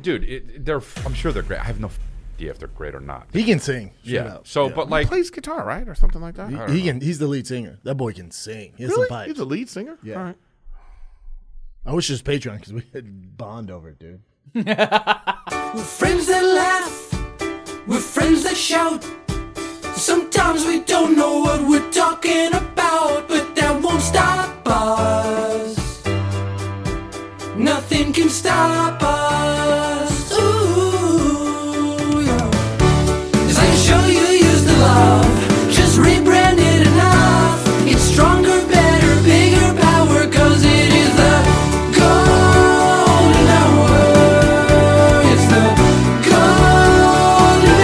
dude, it, they're. I'm sure they're great. I have no idea if they're great or not. He can sing. straight yeah. up. So, Yeah. but like, he plays guitar, right, or something like that. I don't he, he know. can. He's the lead singer. That boy can sing. He has Really? some pipes. He's the lead singer. Yeah. All right. I wish it was Patreon because we had bond over it, dude. We're friends that laugh, we're friends that shout. Sometimes we don't know what we're talking about, but that won't stop us. Nothing can stop us. Ooh, yeah. 'Cause I'm sure you used to love, just rebranded enough. It's stronger, better, bigger power, cause it is the golden hour. It's the golden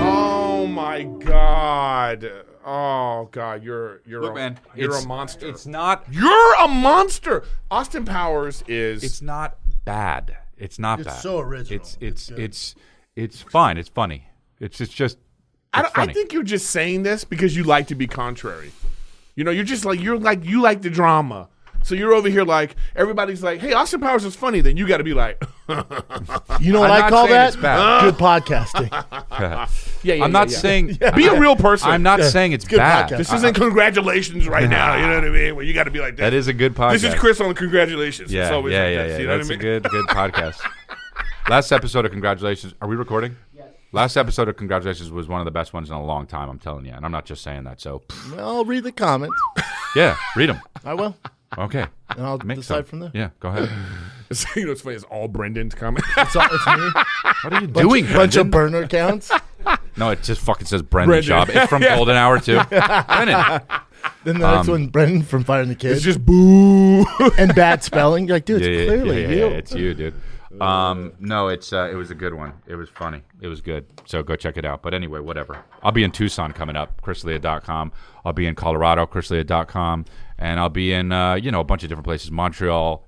hour. Oh my god. Oh god, you're you're Look, a, man, you're it's- a monster. It's not. you're a monster. Austin Powers is It's not bad. It's not It's bad. so original. It's it's it's it's, fine. It's funny. It's it's just. I, it's don't- I funny. think you're just saying this because you like to be contrary. You know, you're just like you're like you like the drama. So you're over here like everybody's like, "Hey, Austin Powers is funny." Then you got to be like, You know what I'm I not call saying that? it's bad. Good podcasting. "Yeah, yeah I'm not saying. Be a real person. I'm not saying it's Good bad. podcast. This isn't congratulations right now. You know what I mean? Where you got to be like, That is a good podcast. This is Chris on congratulations. Yeah, it's always yeah, like yeah, this, yeah. You know That's what I mean? a good, good podcast. Last episode of congratulations. Are we recording? Yes. Last episode of congratulations was one of the best ones in a long time. I'm telling you, and I'm not just saying that. So, I'll read the comment. yeah, read them. I will, Okay. and I'll Make decide some. from there. Yeah, go ahead. So, you know what's funny is all Brendan's comment. It's, all, it's me. What are you doing? bunch Brendan? of burner accounts. No, it just fucking says Brendan, Brendan. Job. It's from Golden Hour too. Brendan. Then the Um, next one, Brendan from Firing the Kids, It's just boo. and bad spelling. You're like, dude, Yeah, it's yeah, yeah, clearly yeah, you. yeah, it's you, dude. Um, no, it's uh, it was a good one. It was funny. It was good. So go check it out. But anyway, whatever. I'll be in Tucson coming up, chrislea.com. I'll be in Colorado, chrislea.com, and I'll be in uh, you know, a bunch of different places, Montreal,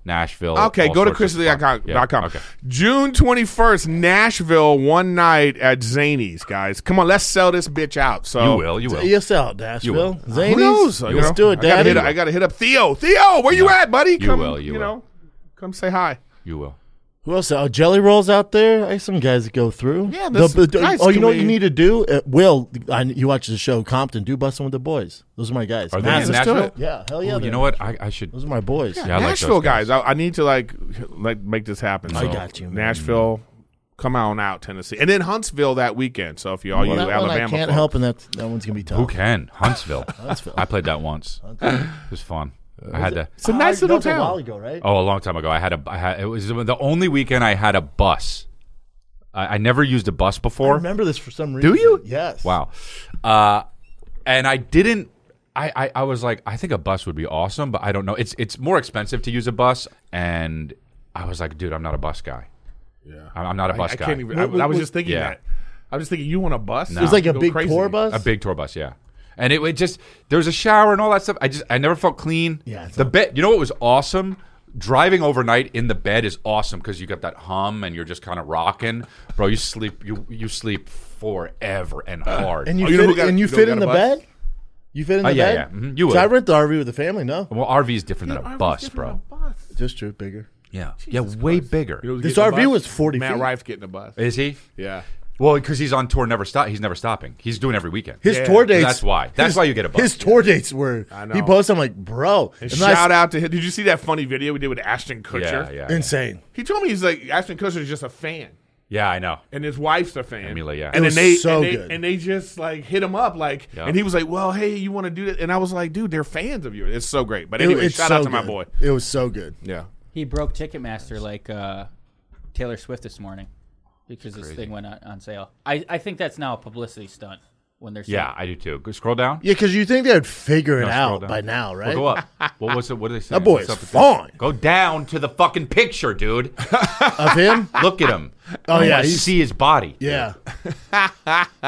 Nashville. Okay, all go to sorts of fun- chrisley.com. Yeah, Okay. June 21st, Nashville, one night at Zany's, guys. Come on, let's sell this bitch out. So You will, you will. ESL, Dashville, will. Zanies. Who knows? You Let's know, do it, I gotta, Daddy. hit, I gotta hit up Theo. Theo, where you at, buddy? you will, you will. know, come say hi. You will. Who else? Oh, jelly rolls out there. I have some guys that go through. Yeah, there's The- some guys oh, you can know what you we- need to do? Uh, Will, I, you watch the show Compton? Do busting with the boys. Those are my guys. Are they Massive. in let's do Nashville? it. Yeah, hell yeah. Oh, they're- you know what? I, I should Those are my boys. Yeah, I like Nashville those guys, guys. I, I need to like like make this happen. I So, got you, man. Nashville, come on out, Tennessee, and then Huntsville that weekend. So if you all Well, you that one Alabama, I can't folks- help, and that that one's gonna be tough. Who can? Huntsville. Huntsville. I played that once. It was fun. I had to It's a nice little That was a while town. ago, right? Oh, a long time ago. I had a. I had, it was the only weekend I had a bus. I, I never used a bus I before. remember this for some reason. Do you? Yes. Wow. Uh, and I didn't. I, I, I was like, I think a bus would be awesome, but I don't know. It's it's more expensive to use a bus, and I was like, dude, I'm not a bus guy. Yeah, I'm, I'm not a I bus guy. can't even. I, I was just thinking Yeah. that. I was thinking you want a bus. No. It was like a Go big crazy. tour bus. A big tour bus, yeah. And it, it just there was a shower and all that stuff. I just I never felt clean. Yeah, it's The not- bed. You know what was awesome? Driving overnight in the bed is awesome because you got that hum and you're just kind of rocking, bro. You sleep you you sleep forever and hard. Uh, And you, Oh, you know fit, who got- and you you know fit who in got the a bus? bed. You fit in Oh, the yeah, bed. yeah. Mhm, you So I would. rent the RV with the family. No, well, RV is different than a RV's bus, different bro. than a bus. just true, bigger. Yeah, yeah, way bigger. You know who's This getting a RV bus? was 40 Matt feet. Rife getting a bus. is he? Yeah. Well, because he's on tour, never stop. He's never stopping. He's doing every weekend. His Yeah. tour dates. That's why. That's his- why you get a bus. His tour dates were. I know. He posted. I'm like, bro. And and I s- shout out to him. Did you see that funny video we did with Ashton Kutcher? yeah, yeah, yeah, Insane. He told me he's like Ashton Kutcher is just a fan, yeah. I know. and his wife's a fan. Emila, yeah. And It was then they so and they, good. and they just like hit him up like, Yeah. and he was like, "Well, hey, you want to do that?" And I was like, "Dude, they're fans of yours. It's so great." But It- anyway, it's shout so out to my good. boy. It was so good. Yeah. He broke Ticketmaster like uh, Taylor Swift this morning because this thing went on, on sale. I, I think that's now a publicity stunt when they're Yeah, I do too. Go Scroll down. Yeah, because you think they would figure it scroll out down. by now, right? Well, go up. What was it? What did they say? That boy What's is up with this? fine. Go down to the fucking picture, dude. Of him? Look at him. Oh, I yeah, wanna he's- see his body. Yeah.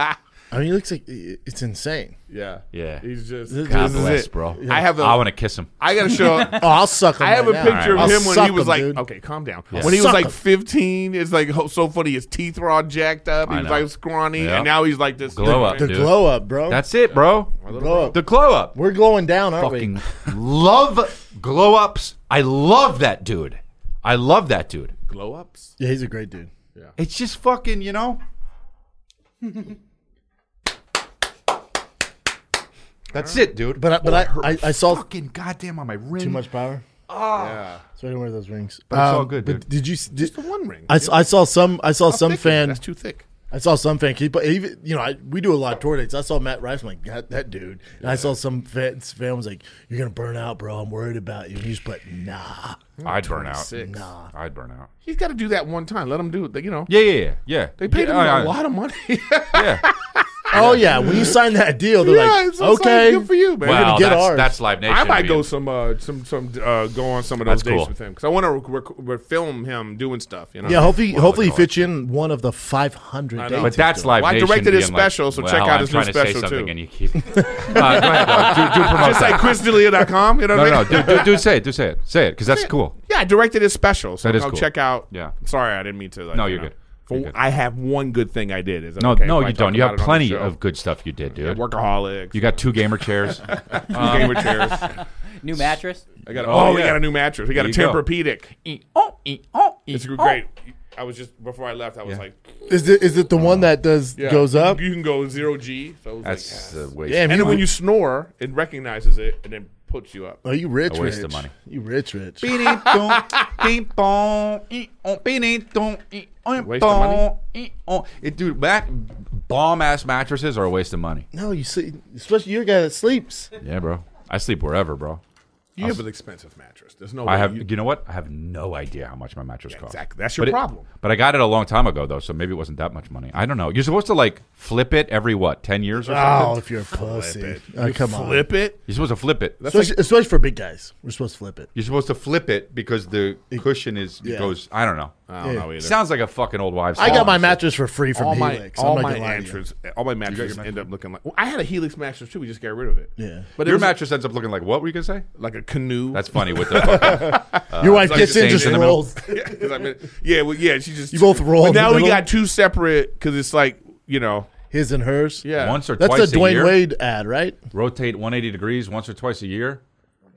I mean, he looks like it's insane. Yeah. Yeah. He's just God this is Ah, bless, it. bro. I have a I want to kiss him. I gotta show Oh, I'll suck him. I have a right now. picture I'll of him when suck he was him, like, dude. okay, calm down. Yeah. When he was Suck like him. 15, it's like ho- so funny. His teeth were all jacked up. He I was know. like scrawny, Yeah. and now he's like this. Glow up. the dude. glow up, bro. That's it, bro. glow up. The glow up. We're glowing down, aren't we? Fucking love glow ups. I love that dude. I love that dude. glow ups. Yeah, he's a great dude. It's just fucking, you know. That's it, dude. But I- but I- hurt I- I saw- fucking goddamn on my rim. Too much power. Yeah. So I didn't wear those rings. Um, But it's all good, But dude. did you? Did, The one ring. I, s- I saw some. I saw How some thick is it? fan. That's too thick. I saw some fan keep, but even you know, I, we do a lot of tour dates. I saw Matt Rife, I'm like God, that dude, and I saw some fan, fan was like, "You're gonna burn out, bro. I'm worried about you." And he's like, "Nah, I'd burn out. Six. I'd burn out. He's got to do that one time. Let him do it. You know. Yeah, yeah, yeah. yeah. They paid him yeah, a I- lot of money. Yeah. oh yeah." When you sign that deal, they're yeah, like, it's, it's like, "Okay, good for you, man. well, get that's, ours. that's Live Nation. I might to go you. some uh, some some uh, go on some of those That's dates cool. with him because I want to rec- rec- rec- film him doing stuff. You know. yeah." Hopefully, Well, hopefully, he look, fits you in one of the 500 I know. dates. But he's that's doing. Live Well, I Nation. directed his being like, special, so well, check out I'm his new trying to say special, something too. And you keep. uh, go ahead, though. Do, do promote Just that. like ChrisDelia.com, you know no, what I no, no. mean? Do, do, do say it. Do say it. Say it because that's cool. Yeah, I directed his special, so That is go cool. check out. Yeah. sorry, I didn't mean to. Like, No, you you're know. good. For- You're good. I have one good thing I did. Is that No, okay no, if I you talk don't. You about it have on the plenty show? of good stuff you did, dude. workaholics. You got two gamer chairs. gamer chairs. New mattress. I got. Oh, Oh, we yeah. got a new mattress. We got a There you go. Tempur-Pedic. It's E, it's oh. great. I was just before I left. I was Yeah. like, Is it is it the one that does yeah, goes you- up? You can go zero G. So I was That's like, a Damn, waste. yeah. and you, then when you snore, it recognizes it and then puts you up. oh, you rich, A waste of rich. money. You rich, rich. oh, Waste of money? oh. It, dude, that bomb ass mattresses are a waste of money. No, you see, especially you're a guy that sleeps. Yeah, bro. I sleep wherever, bro. You have an expensive mattress. There's no. I way have, you- you know what? I have no idea how much my mattress costs. exactly. That's your But it- problem. But I got it a long time ago, though, so maybe it wasn't that much money. I don't know. You're supposed to like flip it every what, ten years or something. Oh, if you're a pussy, it. oh, come on. Flip it. You're supposed to flip it. Especially, especially for big guys, we're supposed to flip it. You're supposed to flip it because the cushion is yeah. goes. I don't know. I don't Yeah. know either. Sounds like a fucking old wives. I tale, got my honestly. mattress for free from all my Helix. I'm all not my gonna lie to you. mattresses, all my mattresses mattress? end up looking like. Well, I had a Helix mattress too. We just got rid of it. Yeah. but it Your was mattress ends up looking like what were you gonna say? like a canoe. That's funny with the fucking, Your wife like gets the in, stains just in the middle. rolls. yeah, 'cause I mean, yeah, well, yeah. She just You both roll But in the now we middle? got two separate because it's like you know. His and hers. Yeah. once or That's twice the a Dwayne year. Wade ad, right? Rotate 180 degrees once or twice a year.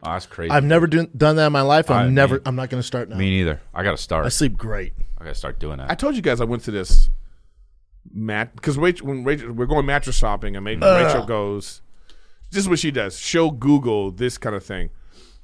Oh, that's crazy. I've never do, done that in my life. I'm I never. mean- I'm not going to start now. Me neither. I gotta I start. sleep great. I gotta start doing I that. told you guys I went to this mat because Rachel when Rachel we're going mattress shopping and Rachel, Rachel goes. This is what she does. She'll Google this kind of thing.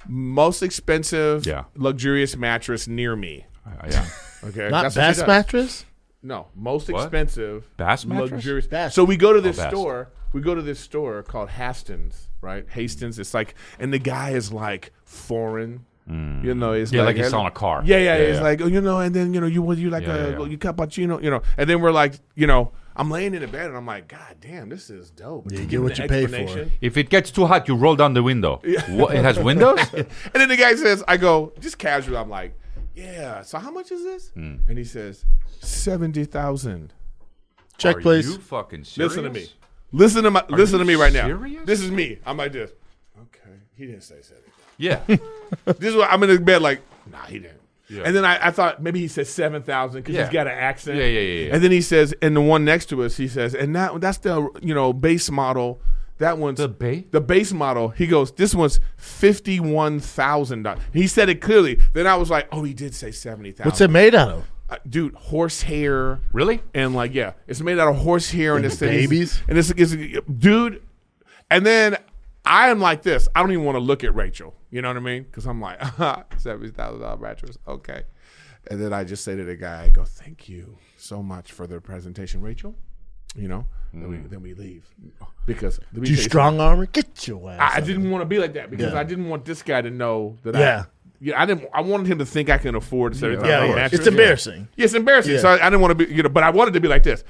Most expensive, Yeah. luxurious mattress near me. I, yeah. Okay, Not That's what she Bass does. mattress. No, most What? expensive Bass mattress? Oh, luxurious. Bass. So we go to this Bass. store. We go to this store called Hastings, right? Hastings. It's like, and the guy is like foreign. You know, it's Hmm. Yeah, like he's selling a car. Yeah, yeah. Yeah, it's yeah. like oh, you know, and then you know, you want you like Yeah, a yeah, yeah. you cappuccino, you know, and then we're like, you know, I'm laying in the bed and I'm like, God damn, this is dope. you Give get me what the you pay for. explanation. if it gets too hot, you roll down the window. What, it has windows. And then the guy says, I go, just casual. I'm like, yeah. So how much is this? Hmm. And he says, seventy thousand. Check, Are please. you fucking serious? Listen to me. Listen to my. listen to you me right now. serious? This is me. I'm like this. Okay, he didn't say seventy. Yeah. this is what I'm in his bed like. Nah, he didn't. Yeah. And then I, I thought maybe he said seven thousand because Yeah. he's got an accent. Yeah, yeah, yeah, yeah. And then he says, and the one next to us, he says, and that that's the you know base model. That one's The ba- the base model. He goes, this one's fifty one thousand dollars. He said it clearly. Then I was like, oh, he did say seventy thousand. What's it made out of? Uh, dude, horsehair. Really? And like, yeah, it's made out of horsehair and, And it's it's- babies? And it's, it's dude. And then I am like this. I don't even want to look at Rachel. You know what I mean? Because I'm like seventy thousand dollar mattress. Okay. And then I just say to the guy, I go, "Thank you so much for the presentation, Rachel." You know. Then, we, then we leave because let Do me Mm. you tell you strong armor? Get your ass. I, I didn't want to be like that because Yeah. I didn't want this guy to know that. Yeah. I, yeah, I didn't. I wanted him to think I can afford seventy thousand yeah, dollar yeah. mattress. it's embarrassing. Yeah, it's embarrassing. Yeah. So I, I didn't want to be, you know, but I wanted to be like this.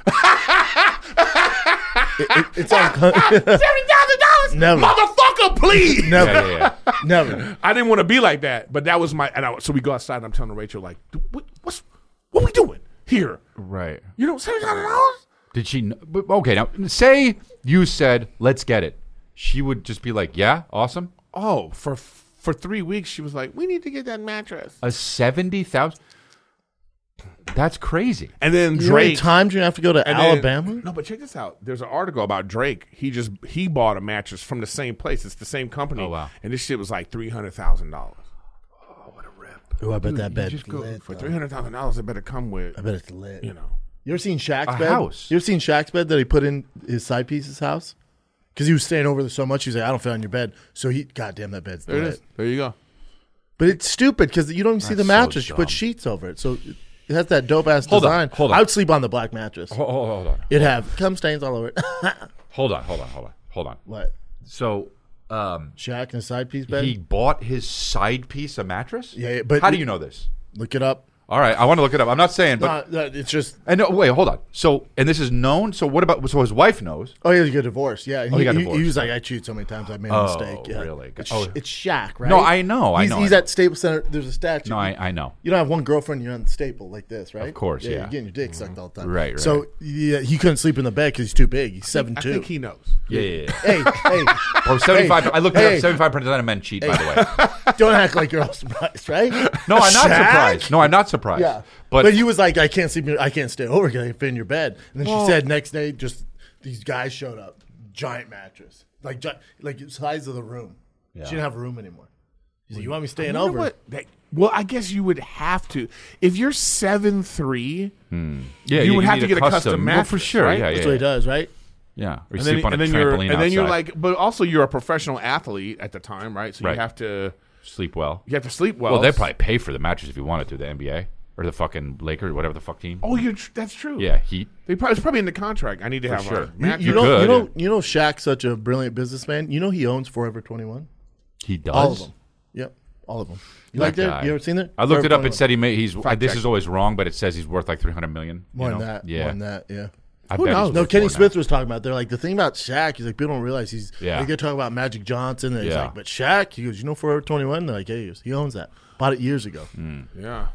It, it's uncomfortable. Seventy thousand Never. dollars, motherfucker, please. never, Yeah, yeah, yeah. never. I didn't want to be like that, but that was my. And I, so we go outside, and I'm telling Rachel, like, "Dude, what, what's what we doing here? Right. You know, seventy thousand dollars. Did she? kn- but- Okay, now say you said, "Let's get it." She would just be like, "Yeah, awesome." Oh, for for three weeks, she was like, we need to get that mattress. A seventy thousand. That's crazy. And then You know how many Drake. times you have to go to and then- Alabama? no, but check this out. There's an article about Drake. He just he bought a mattress from the same place. It's the same company. Oh, wow. And this shit was like three hundred thousand dollars. Ooh, I bet that You bed just go lit, for though. three hundred thousand dollars. It better come with I bet it's lit. you know. You ever seen Shaq's A bed? house. You ever seen Shaq's bed that he put in his side piece's house? Because he was staying over there so much, he's like, I don't fit on your bed. So he, goddamn, that bed's There it lit. is. There you go. But it's stupid because you don't even see the That's so mattress. you dumb. put sheets over it, so it- it has that dope ass Hold on, design. hold on. I would sleep on the black mattress. Hold, hold, hold on. It'd have cum stains all over it. Hold on. Hold on. Hold on. Hold on. what? So um, Shaq in a side piece bed? he bought his side piece a mattress. Yeah, yeah, but- how do you know this? Look it up. All right, I want to look it up. I'm not saying, but No, no, it's just and no, wait, hold on. So and this is known. So what about? So his wife knows. oh yeah, you get divorced. Yeah, and he got divorced. was like, I cheated so many times, I made a Oh, mistake. Yeah. really? It's, Oh. it's Shaq, right? No, I know, I He's, know, I He's know. at Staples Center. There's a statue. No, I, I know. You don't have one girlfriend, you're on staple like this, right? Of course, yeah. Mm-hmm. You're getting your dick sucked all the time. Right, right. So yeah, he couldn't sleep in the bed because he's too big. He's seven I two. think he knows. Yeah, yeah. yeah. hey, hey, Bro, 75. I looked it hey. up. 75 percent of men cheat. By the way, don't act like you're all surprised, right? no, I'm not Shaq? surprised. No, I'm not surprised. Yeah, but, but, he was like, I can't sleep. in- I can't stay over because I fit in your bed. And then she said next day, just these guys showed up, giant mattress, like gi- like the size of the room. She didn't have a room anymore. He's like, you want me staying You know over? what? That- well, I guess you would have to if you're seven three. yeah, you would have need to get a custom well, for mattress, sure. right? Yeah, yeah. That's what he does, right? Yeah, or you And sleep then, on and a then you're trampoline and then you're outside. like, but also you're a professional athlete at the time, right? So Right. you have to sleep well. you have to sleep well. Well, they probably pay for the mattress if you want it to the NBA or the fucking Lakers, whatever the fuck team. Oh, you're tr- that's true. yeah, Heat. they probably it's probably in the contract. I need to have sure. a You- mattress. You know, could, you know, yeah. you know, Shaq's such a brilliant businessman. You know, he owns Forever Twenty One. He does. All of them. Yep, all of them. You like guy. that? You ever seen it? I looked Forever it up. 21. It said he made. He's. I, this check. is always wrong, but it says he's worth like 300 million. you more than know? that. Yeah. more than that. Yeah. I bet he's knows? worth No, more Kenny now. Smith was talking about. They're like the thing about Shaq. He's like people don't realize he's. Yeah. They could talk about Magic Johnson. And he's Yeah. like, but Shaq. He goes, you know, Forever Twenty One. They're like, yeah, he, goes, he owns that. Bought it years ago. Mm. yeah.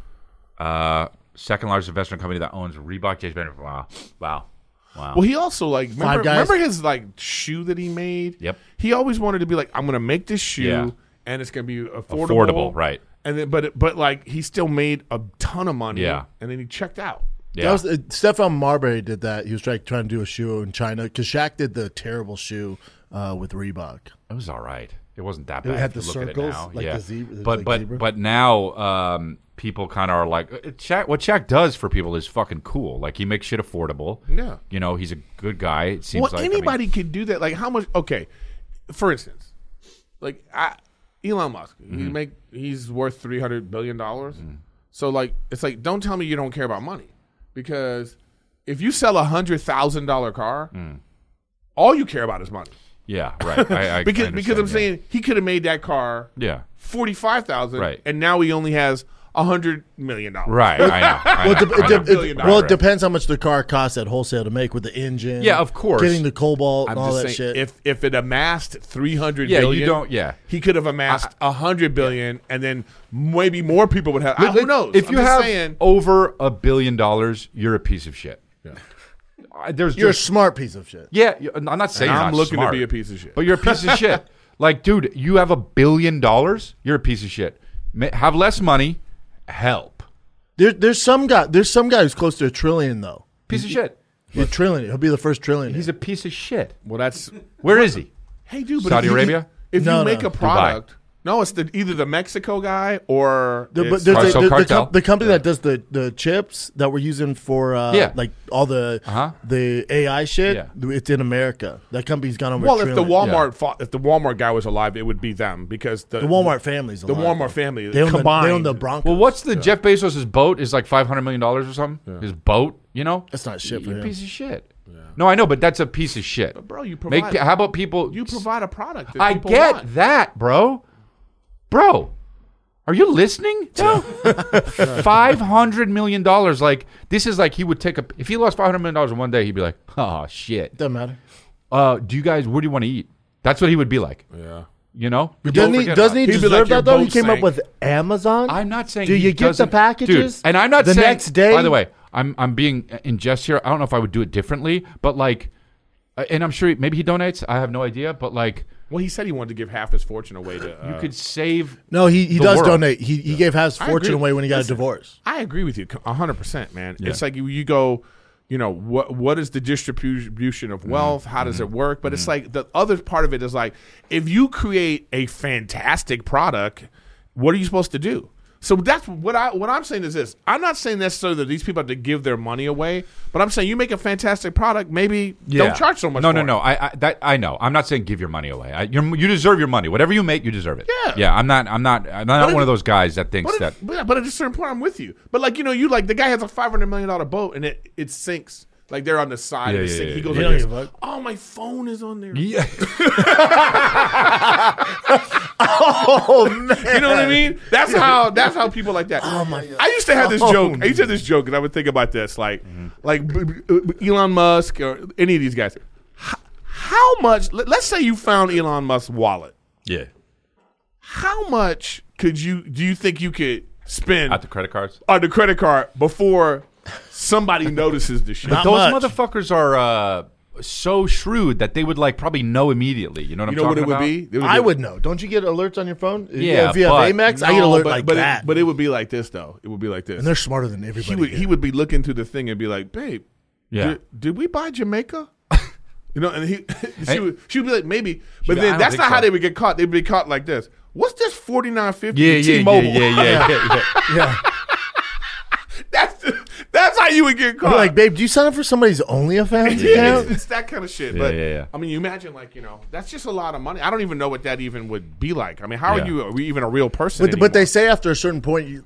Uh, second largest investment company that owns Reebok, J. Benner. Wow, wow, wow. Well, he also like remember, guys. remember his like shoe that he made. Yep. He always wanted to be like, I'm gonna make this shoe, Yeah. and it's gonna be affordable. Affordable, right. And then, but but like he still made a ton of money. Yeah. And then he checked out. yeah. That was uh, Stefan Marbury did that. He was like trying to do a shoe in China because Shaq did the terrible shoe uh, with Reebok. It was all right. It wasn't that bad. had if you the look at it circles, now. like yeah. the zebra- But like but zebra. but now um, people kind of are like uh, Shaq, what Shaq does for people is fucking cool. Like he makes shit affordable. Yeah. you know he's a good guy. It seems well, like I mean- anybody could do that. Like how much? Okay, for instance, like I, Elon Musk, he Mm-hmm. make he's worth three hundred billion dollars. Mm. So like, it's like don't tell me you don't care about money, because if you sell a hundred thousand dollar car, Mm. all you care about is money. yeah, right. I, I, Because I because I'm understand, saying he could have made that car yeah. yeah. forty five thousand, Right. and now he only has a hundred million dollars. Right, I know. I Well, it, know, de- I it know. de- it- Billion well, dollar. it depends how much the car costs at wholesale to make with the engine. Yeah, of course. Getting the cobalt I'm and all just that saying, shit. if if it amassed three hundred Yeah, billion, you don't- yeah. he could have amassed a hundred billion, and then maybe more people would have. I, who Like, knows? If I'm you just have Oh, saying, over a billion dollars, you're a piece of shit. I- There's you're a just, smart piece of shit. yeah. you- I'm not saying you're I'm not looking smart, to be a piece of shit. but you're a piece of shit. Like, dude, you have a billion dollars. You're a piece of shit. Ma- have less money. Help. There, there's some guy. There's some guy who's close to a trillion though. Piece of shit. He's a trillion. He'll be the first trillion. He's a piece of shit. well, that's Where is he? hey, dude. But Saudi if you- Arabia? If No, no. you make a product, no, it's the, either the Mexico guy or The, but it's- there's a- the, Cartel, the cartel. com- the company that does the, the chips that we're using for uh, Yeah. like all the Uh-huh. the AI shit. Yeah. It's in America. That company's gone over. well, a if the trillion. Walmart fought, if the Walmart guy was alive, it would be them because the, the Walmart family's the alive. Walmart family they own combined. The, they own the Broncos. Well, what's the Jeff Bezos' boat is like five hundred million dollars or something. His boat, you know, That's not shit for You're a him. piece of shit. No, I know, but that's a piece of shit. bro, you Make, provide- how about people? you provide a product. That I people get want. that, bro. Bro, are you listening? No. five hundred million dollars. Like this is like he would take a. If he lost five hundred million dollars in one day, he'd be like, "Oh shit." Doesn't matter. Uh, do you guys? Where do you want to eat? That's what he would be like. Yeah. You know. Doesn't Don't he? forget Doesn't about he it. He'd be deserve like, your that though? He boat came up sank. with Amazon. I'm not saying. Do he you get the doesn't- packages? Dude, and I'm not the saying next day. By the way, I'm I'm being in jest here. I don't know if I would do it differently, but like, uh, and I'm sure he- maybe he donates. I have no idea, but like, Well, he said he wanted to give half his fortune away to. Uh, you could save. no, he, he the does world. donate. He he gave his I agree. fortune away when he got Listen, a divorce. I agree with you a hundred percent, man. It's like you, you go, you know, what what is the distribution Mm-hmm. of wealth? How does it work? But it's like the other part of it is like if you create a fantastic product, what are you supposed to do? So that's what I what I'm saying is this. I'm not saying necessarily that these people have to give their money away, but I'm saying you make a fantastic product. Maybe Yeah. don't charge so much. No, for no, it. no. I, I that I know. I'm not saying give your money away. I, you're, you deserve your money. Whatever you make, you deserve it. Yeah. Yeah. I'm not. I'm not. I'm not if- one of those guys that thinks But that. at, but, but at a certain point, I'm with you. But like you know, you like the guy has a 500 million dollar boat and it it sinks. Like they're on the side Yeah, of the yeah, sink. yeah, he goes yeah. You like don't this. give a Oh, my phone is on there. Yeah. Oh man, You know what I mean? That's how that's how people like that. Oh my I used to have this Oh, joke. I no. used to have this joke, and I would think about this, like Mm-hmm. like b- b- b- Elon Musk or any of these guys. H- How much? let- Let's say you found Elon Musk's wallet. yeah. How much could you do? You think you could spend At the credit cards. on the credit card before somebody notices the shit? Not Those much. motherfuckers are uh, so shrewd that they would like probably know immediately. You know what You I'm know what talking it would about? be? It I would know. Don't you get alerts on your phone? Uh, Yeah, if you but- have Amex, I get No, alert but, like but that. It, but it would be like this though. It would be like this. and they're smarter than everybody. he would here. he would be looking through the thing and be like, "Babe, Yeah. did, did we buy Jamaica?" you know, and he Hey. she would she would be like, "Maybe," but be like, "I then don't that's think not how so." they would get caught. They'd be caught like this. What's this forty nine fifty? Yeah, yeah, yeah, T-Mobile? yeah, yeah, yeah, yeah, yeah. that's that's how you would get We're caught. like, babe, do you sign up for somebody's OnlyFans yeah, account? it's, it's that kind of shit. Yeah, but yeah, yeah. I mean, you imagine like you know that's just a lot of money. I don't even know what that even would be like. I mean, how Yeah. are you are we even a real person? But, but they anymore? say after a certain point, you,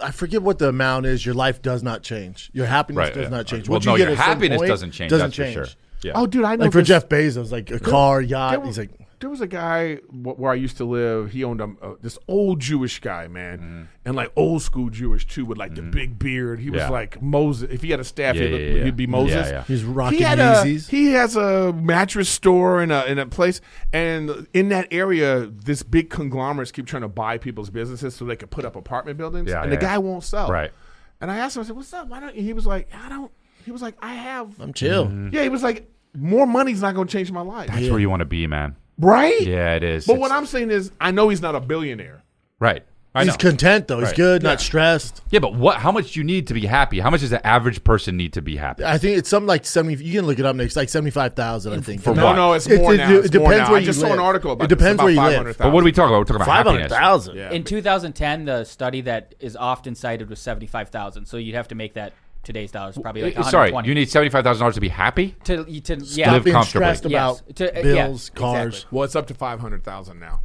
I forget what the amount is. Your life does not change. Your happiness Right, does yeah. not change. Well, Once no, you get your a certain happiness point, doesn't change, Doesn't that's for change. sure. Yeah. Oh, dude, I know Like for this- Jeff Bezos, like a car, yacht. There was- He's like, there was a guy wh- where I used to live. He owned a, a- this old Jewish guy, man, Mm-hmm. and like old school Jewish too, with like the big beard. He was Yeah. like Moses. If he had a staff, Yeah, he'd, look- yeah, yeah. he'd be Moses. Yeah, yeah. he's rocking He had a, Yeezys. he has a mattress store and a, and a place, and in that area, this big conglomerates keep trying to buy people's businesses so they could put up apartment buildings. Yeah, and yeah, the guy yeah. won't sell. Right. And I asked him, I said, "What's up? Why don't?" you? He was like, "I don't." He was like, "I have." I'm chill. Mm-hmm. Yeah, he was like, "More money's not going to change my life." That's where you want to be, man. Right? Yeah, it is. But It's- what I'm saying is, I know he's not a billionaire. right. I know. He's content though. He's Right. good, not stressed. yeah, but what? How much do you need to be happy? How much does the average person need to be happy? I think it's something like seventy. You can look it up next. Like seventy-five thousand. I think. For No, what? no, it's It- more it- now. it It's more depends now. where I you just saw live. an article about It this, depends about where you live. 500,000. But what are we talking about? We're talking about Five hundred happiness. thousand. Yeah. In 2010, the study that is often cited was 75,000. So you'd have to make that today's dollars probably like Uh, Sorry, 120. you need seventy-five thousand dollars to be happy. to, you- to yeah, Stop being comfortably. stressed about Yes. To- uh, yeah, bills, cars. exactly. Well, it's up to 500,000 now.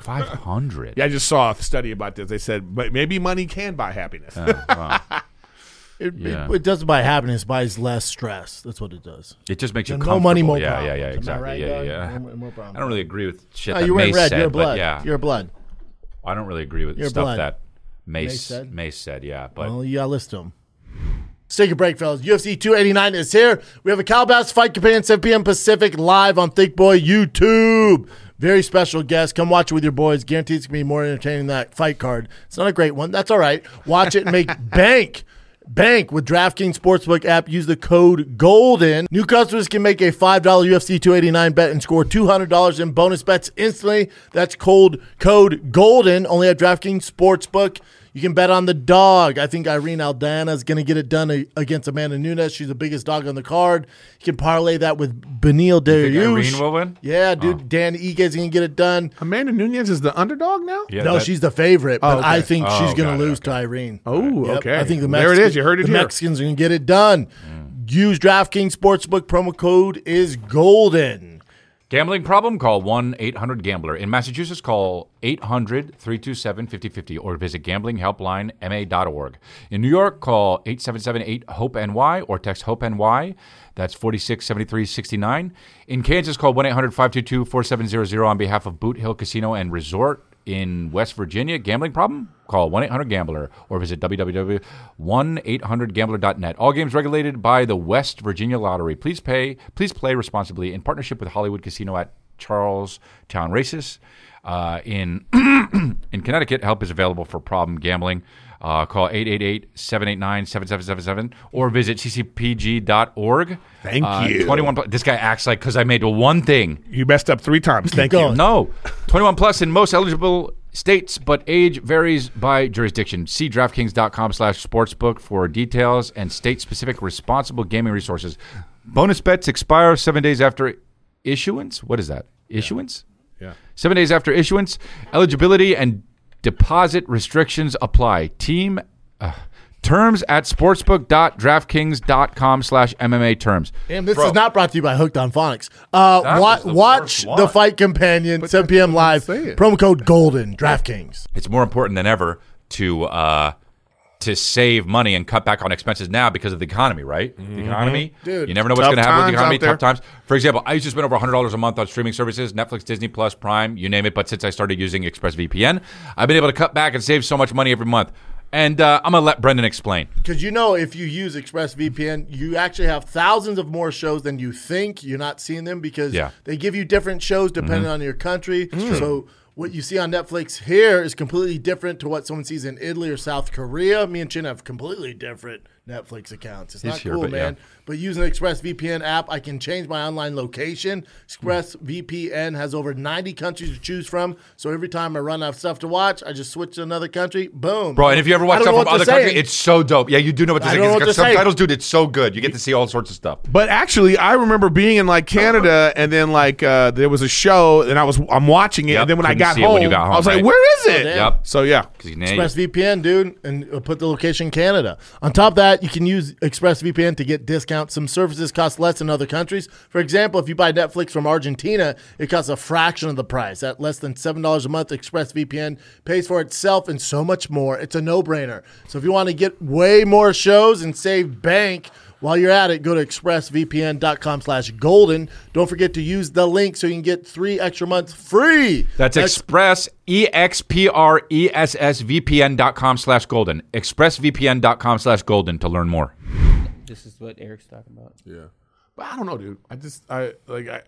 Five hundred. Yeah, I just saw a study about this. They said, but maybe money can buy happiness. Oh, It, Yeah. it, it doesn't buy happiness, it buys less stress. That's what it does. It just makes you No comfortable. money, more Yeah, yeah, problems. yeah, Am I exactly. right, yeah, Doug? yeah. More- more problems. I don't really agree with shit No, that you're May wearing red. said, You're a but blood. yeah, You're a blood. I don't really agree with you're stuff blood. that Mace Mace said. said. yeah, but Well, yeah, list them. Let's take a break, fellas. UFC 289 is here. We have a Calabas Fight Companion 7 p.m. Pacific live on Thick Boy YouTube. Very special guest. Come watch it with your boys. Guaranteed it's going to be more entertaining than that fight card. It's not a great one. That's all right. Watch it and make bank. Bank with DraftKings Sportsbook app. Use the code GOLDEN. New customers can make a $5 UFC 289 bet and score $200 in bonus bets instantly. That's cold code GOLDEN only at DraftKings Sportsbook. You can bet on the dog. I think Irene Aldana is going to get it done a- against Amanda Nunes. She's the biggest dog on the card. You can parlay that with Benil think Dariush. Irene will win? Oh. Yeah, dude. Dan Ige is going to get it done. Amanda Nunez is the underdog now? yeah, no, that- she's the favorite, but okay. I think Oh, she's going got it, to lose to Irene. Oh, Yep, okay. I think the Mexicans, Well, There it is. You heard it the here. Mexicans are going to get it done. Mm. Use DraftKings Sportsbook promo code is golden. gambling problem. Call one eight hundred Gambler in Massachusetts. Call 800-327-5050 or visit gamblinghelplinema.org. In New York, call 877-8-HOPE-NY or text HOPE-NY. That's 467369. In Kansas, call 1-800-522-4700 on behalf of Boot Hill Casino and Resort. in West Virginia, gambling problem? Call 1 800 Gambler or visit www.1800Gambler.net. All games regulated by the West Virginia Lottery. Please pay, please play responsibly in partnership with Hollywood Casino at Charlestown Races. Uh, in in Connecticut, help is available for problem gambling. Uh, call 888-789-7777 or visit ccpg.org. Thank Uh, you. 21 pl- this guy acts like cuz I made one thing. You messed up three times. Thank Go. you. No. 21 plus in most eligible states, but age varies by jurisdiction. See DraftKings.com slash sportsbook for details and state-specific responsible gaming resources. Bonus bets expire seven days after issuance. What is that? Issuance? Yeah. Seven days after issuance. Eligibility and Deposit restrictions apply. Team uh, terms at sportsbook.draftkings.com slash MMA terms. Damn, this is not brought to you by Hooked on Phonics. Uh, wa- was the watch worst one. the Fight Companion, 7 p.m. live. saying. Promo code Golden, DraftKings. It's more important than ever to uh, to save money and cut back on expenses now because of the economy, right? Mm-hmm. The economy, Dude, you never know what's tough going to happen with the times economy. out there. Tough times. For example, I used to spend over hundred dollars a month on streaming services, Netflix, Disney Plus, Prime, you name it. But since I started using ExpressVPN, I've been able to cut back and save so much money every month. And uh, I'm gonna let Brendan explain. Because you know, if you use ExpressVPN, you actually have thousands of more shows than you think. You're not seeing them because Yeah. Mm-hmm. they give you different shows depending on your country. So what you see on Netflix here is completely different to what someone sees in Italy or South Korea. Me and Chin have completely different Netflix accounts. It's not here, cool, but yeah. man. But using the ExpressVPN app, I can change my online location. ExpressVPN has over 90 countries to choose from. So every time I run out of stuff to watch, I just switch to another country. Boom. Bro, and if you ever I watch don't stuff know from what other to say. countries, it's so dope. Yeah, you do know what to I say. don't know It's what got to say. subtitles, dude, it's so good. You get to see all sorts of stuff. But actually, I remember being in like Canada, and then like uh, there was a show, and I was I'm watching it, Yep, and then when I couldn't got see it home, when you got I was like, home, right? Oh, "Where is it?" damn. Yep. So yeah, ExpressVPN, dude, and uh, put the location Canada. On top of that, you can use ExpressVPN to get discounts. Some services cost less in other countries. For example, if you buy Netflix from Argentina, it costs a fraction of the price. At less than $7 a month, ExpressVPN pays for itself and so much more. It's a no brainer. So if you want to get way more shows and save bank, while you're at it, go to expressvpn.com slash golden. Don't forget to use the link so you can get three extra months free. That's express e x p r e s s v p n dot com slash golden. Expressvpn dot com slash golden to learn more. This is what Eric's talking about. yeah. But I don't know, dude. I just I like I.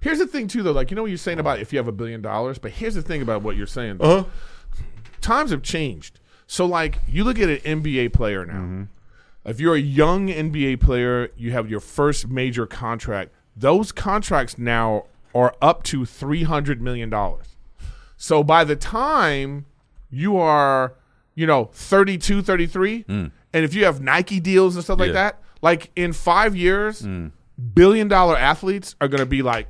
Here's the thing too, though. Like you know what you're saying about if you have a billion dollars, but here's the thing about what you're saying. Though. Times have changed. So like you look at an NBA player now. If you're a young NBA player, you have your first major contract. Those contracts now are up to three hundred million dollars. So by the time you are, you know, 32, 33, and if you have Nike deals and stuff like that, like in five years, billion dollar athletes are going to be like,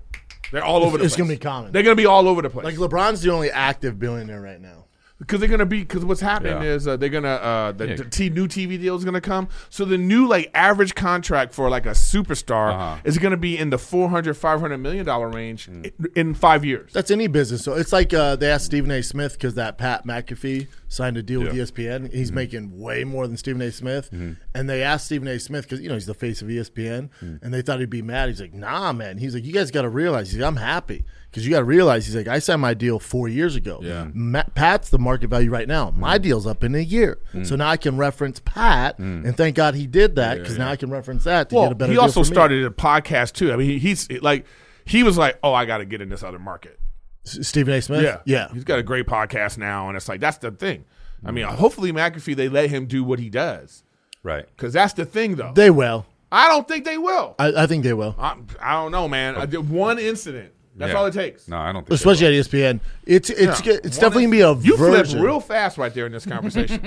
they're all over the It's place. going to be common. They're going to be all over the place. Like LeBron's the only active billionaire right now. Because they're gonna be because what's happening Yeah. is uh, they're gonna uh, the, the t- new TV deal is gonna come. So the new like average contract for like a superstar is gonna be in the 400, 500 million dollar range i- in five years. That's any business. So it's like uh, they asked Stephen A. Smith because that Pat McAfee signed a deal with E ESPN. Mm-hmm. He's making way more than Stephen A. Smith. And they asked Stephen A. Smith because you know he's the face of E ESPN, Mm. and they thought he'd be mad. He's like, Nah, man. He's like, You guys got to realize. He's like, I'm happy because you got to realize. He's like, I signed my deal four years ago. Yeah. Ma- Pat's the market value right now. Mm-hmm. My deal's up in a year, Mm. so now I can reference Pat, and thank God he did that because now I can reference that to get a better. he deal also for me. started a podcast too. I mean, he, he's like he was like, oh, I got to get in this other market. S- Stephen A. Smith. yeah. He's got a great podcast now, and it's like that's the thing. I mean, hopefully McAfee they let him do what he does Right. because that's the thing though. They will. I don't think they will. I, Oh. I think they will. I, I don't know, man. I did one incident. That's Yeah. all it takes. No, I don't think so. especially at E ESPN. It's it's Yeah. it's One definitely gonna be a You version. flipped real fast right there in this conversation.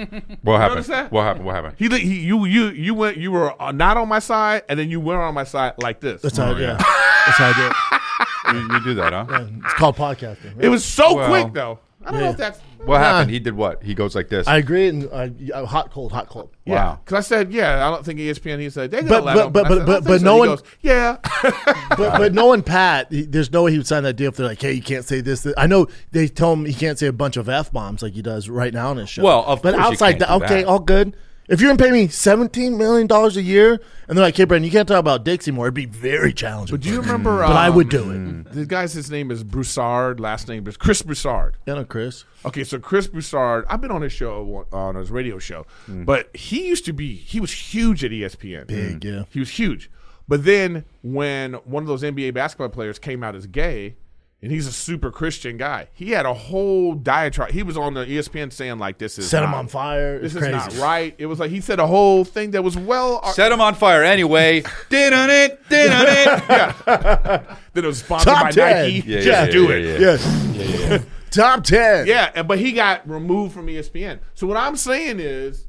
What happened? understand? What happened? What happened? he, he, you, you, you went. You were uh, not on my side, and then you went on my side like this. That's how, yeah. That's how I do it. you, you do that, huh? It's called podcasting. it was so Well, quick, though. I don't know yeah. if that's. What happened? He did what? He goes like this. I agree, and I, I- hot cold, hot cold. wow. Because I said, yeah, I don't think E ESPN. He said they gonna But- let but- him. but- I said, I but- don't but think no He one- goes, yeah. But but knowing Pat, he- there's no way he would sign that deal if they're like, hey, you can't say this. this. I know they tell him he can't say a bunch of f bombs like he does right now on his show. Well, of but course you outside can't do okay, that. all good. If you're gonna pay me seventeen million dollars a year, and they're like, "Hey, Brandon, you can't talk about dicks anymore," it'd be very challenging. But do you Um, hmm. remember? But I would do it. The guy's his name is Broussard. Last name is Chris Broussard. You know, Chris. Okay, so Chris Broussard, I've been on his show, on his radio show, but he used to be, he was huge at E ESPN. Big, yeah. Mm. He was huge. But then when one of those NBA basketball players came out as gay, and he's a super Christian guy, he had a whole diatribe. He was on the E ESPN saying, like, this is. Set him not- on fire. This It's is crazy. not right. It was like he said a whole thing that was well. Set him on fire anyway. Did on it. Did on it. that it was sponsored Top by 10. Nike. Yeah, Just yeah, yeah, do yeah, it. yeah. Yes. Top ten. E Yeah, and- but he got removed from ESPN. So what I'm saying is,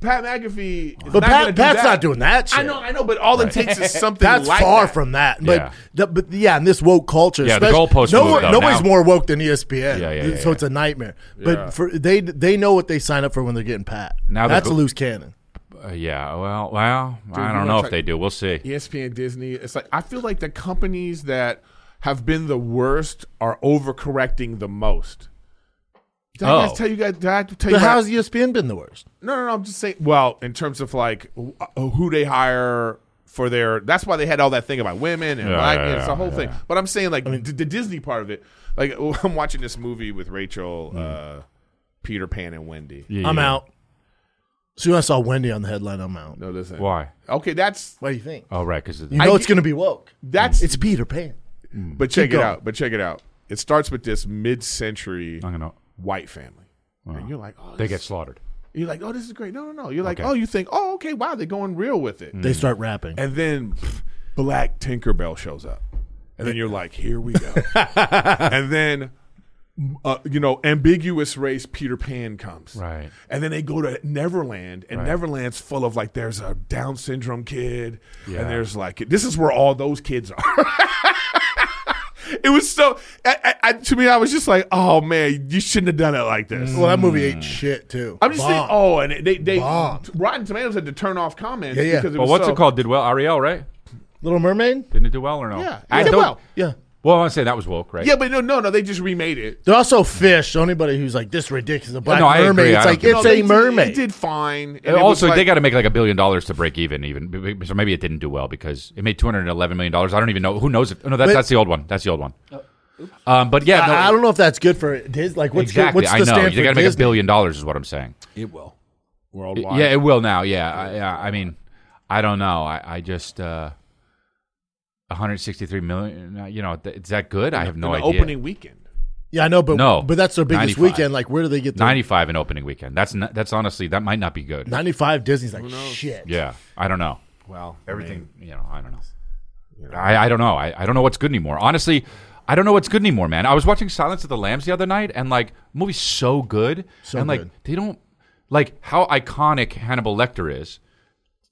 Pat McAfee. Is But not gonna Pat, do Pat's that. not doing that shit. I know, I know, but all it takes is something. That's like far that. from that. But Yeah. the, but yeah, in this woke culture, Yeah, the especially- goalposts no moved, one- though, nobody's now. more woke than E ESPN. Yeah, yeah, yeah, so yeah. it's a nightmare. But for they they know what they sign up for when they're getting Pat. Now Now the that's go- a loose cannon. Uh, yeah. Well, well, I you don't wanna know if talk- they do. We'll see. ESPN, Disney. It's like I feel like the companies that have been the worst are overcorrecting the most. Did I Oh. guys tell you guys? Did I have to tell But you? guys- how's E ESPN been the worst? No, no, no. I'm just saying. Well, in terms of like wh- uh, who they hire for their, that's why they had all that thing about women and Yeah, black. yeah, and it's yeah, the whole thing. yeah. But I'm saying like d- the Disney part of it. Like I'm watching this movie with Rachel, uh, Peter Pan, and Wendy. Hmm. Yeah, I'm yeah. out. As soon as I saw Wendy on the headline, I'm out. No, listen. Why? Okay, that's What do you think? Oh, right, because You know I it's get- going to be woke. that's. It's Peter Pan. but check it going. out. But check it out. It starts with this mid-century I'm gonna. white family, and you're like, oh, They get this- slaughtered. You're like, oh, this is great. No, no, no. You're like, Okay. oh, you think, oh, okay, wow, they're going real with it. They start rapping. And then Black Tinkerbell shows up. And then you're like, here we go. and then, uh, you know, ambiguous race Peter Pan comes. Right. And then they go to Neverland, and Right. Neverland's full of like, there's a Down syndrome kid, Yeah. and there's like, this is where all those kids are. it was so, I, I, I, to me, I was just like, oh man, you shouldn't have done it like this. Mm. well, that movie ate shit too. I'm just Bomb. saying, oh, and they, they Bombed. Rotten Tomatoes had to turn off comments Yeah, yeah. because it But was what's so- it called? Did well? Ariel, right? Little Mermaid. Didn't it do well or no? Yeah, I it did don't- well. Yeah. Well, I want to say that was woke, right? Yeah, but no, no, no. They just remade it. They're also fish. So anybody who's like this ridiculous, a black No, I agree. mermaid. It's I don't like think- it's No, they a did- mermaid. It did fine. And And it was also, they like- got to make like a billion dollars to break even. Even b- b- so, maybe it didn't do well because it made two hundred eleven million dollars. I don't even know who knows if. oh, No, that, But- that's the old one. That's the old one. Oh, um, but yeah, no, I, I don't know if that's good for Disney. Like what's good- exactly. what's the I know stand you for got to make a Disney? billion dollars, is what I'm saying. It will. It- Worldwide. Yeah, it will now. Yeah, I, yeah. I mean, I don't know. I, I just uh, 163 million. uh, You know, th- is that good? I have no the idea. opening weekend. Yeah, I know, but No. but that's their biggest 95. weekend. Like, where do they get the 95 in opening weekend. That's not, that's honestly that might not be good. 95 Disney's like shit. Yeah, I don't know. Wow. Everything, you know, I don't know. I, I don't know. I, I don't know what's good anymore. Honestly, I don't know what's good anymore, man. I was watching Silence of the Lambs the other night, and like, movie's so good, So and like, good. they don't like how iconic Hannibal Lecter is.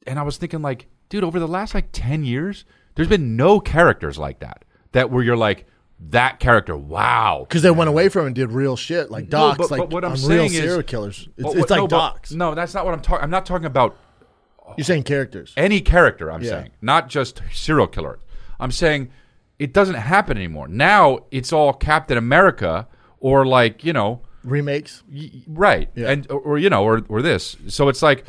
And I was thinking, like, dude, over the last like ten years, there's been no characters like that that where you're like that character. Wow, Because they went away from it and did real shit, like No, docs, but- like but what I'm on saying real is- serial killers. It's, But it's what- like no, but- docs. no, that's not what I'm talking. I'm not talking about You're saying characters. any character i'm Yeah. saying not just serial killer i'm saying it doesn't happen anymore now it's all captain america or like you know Remakes. y- y- right Yeah. and or, or, you know or, or this so it's like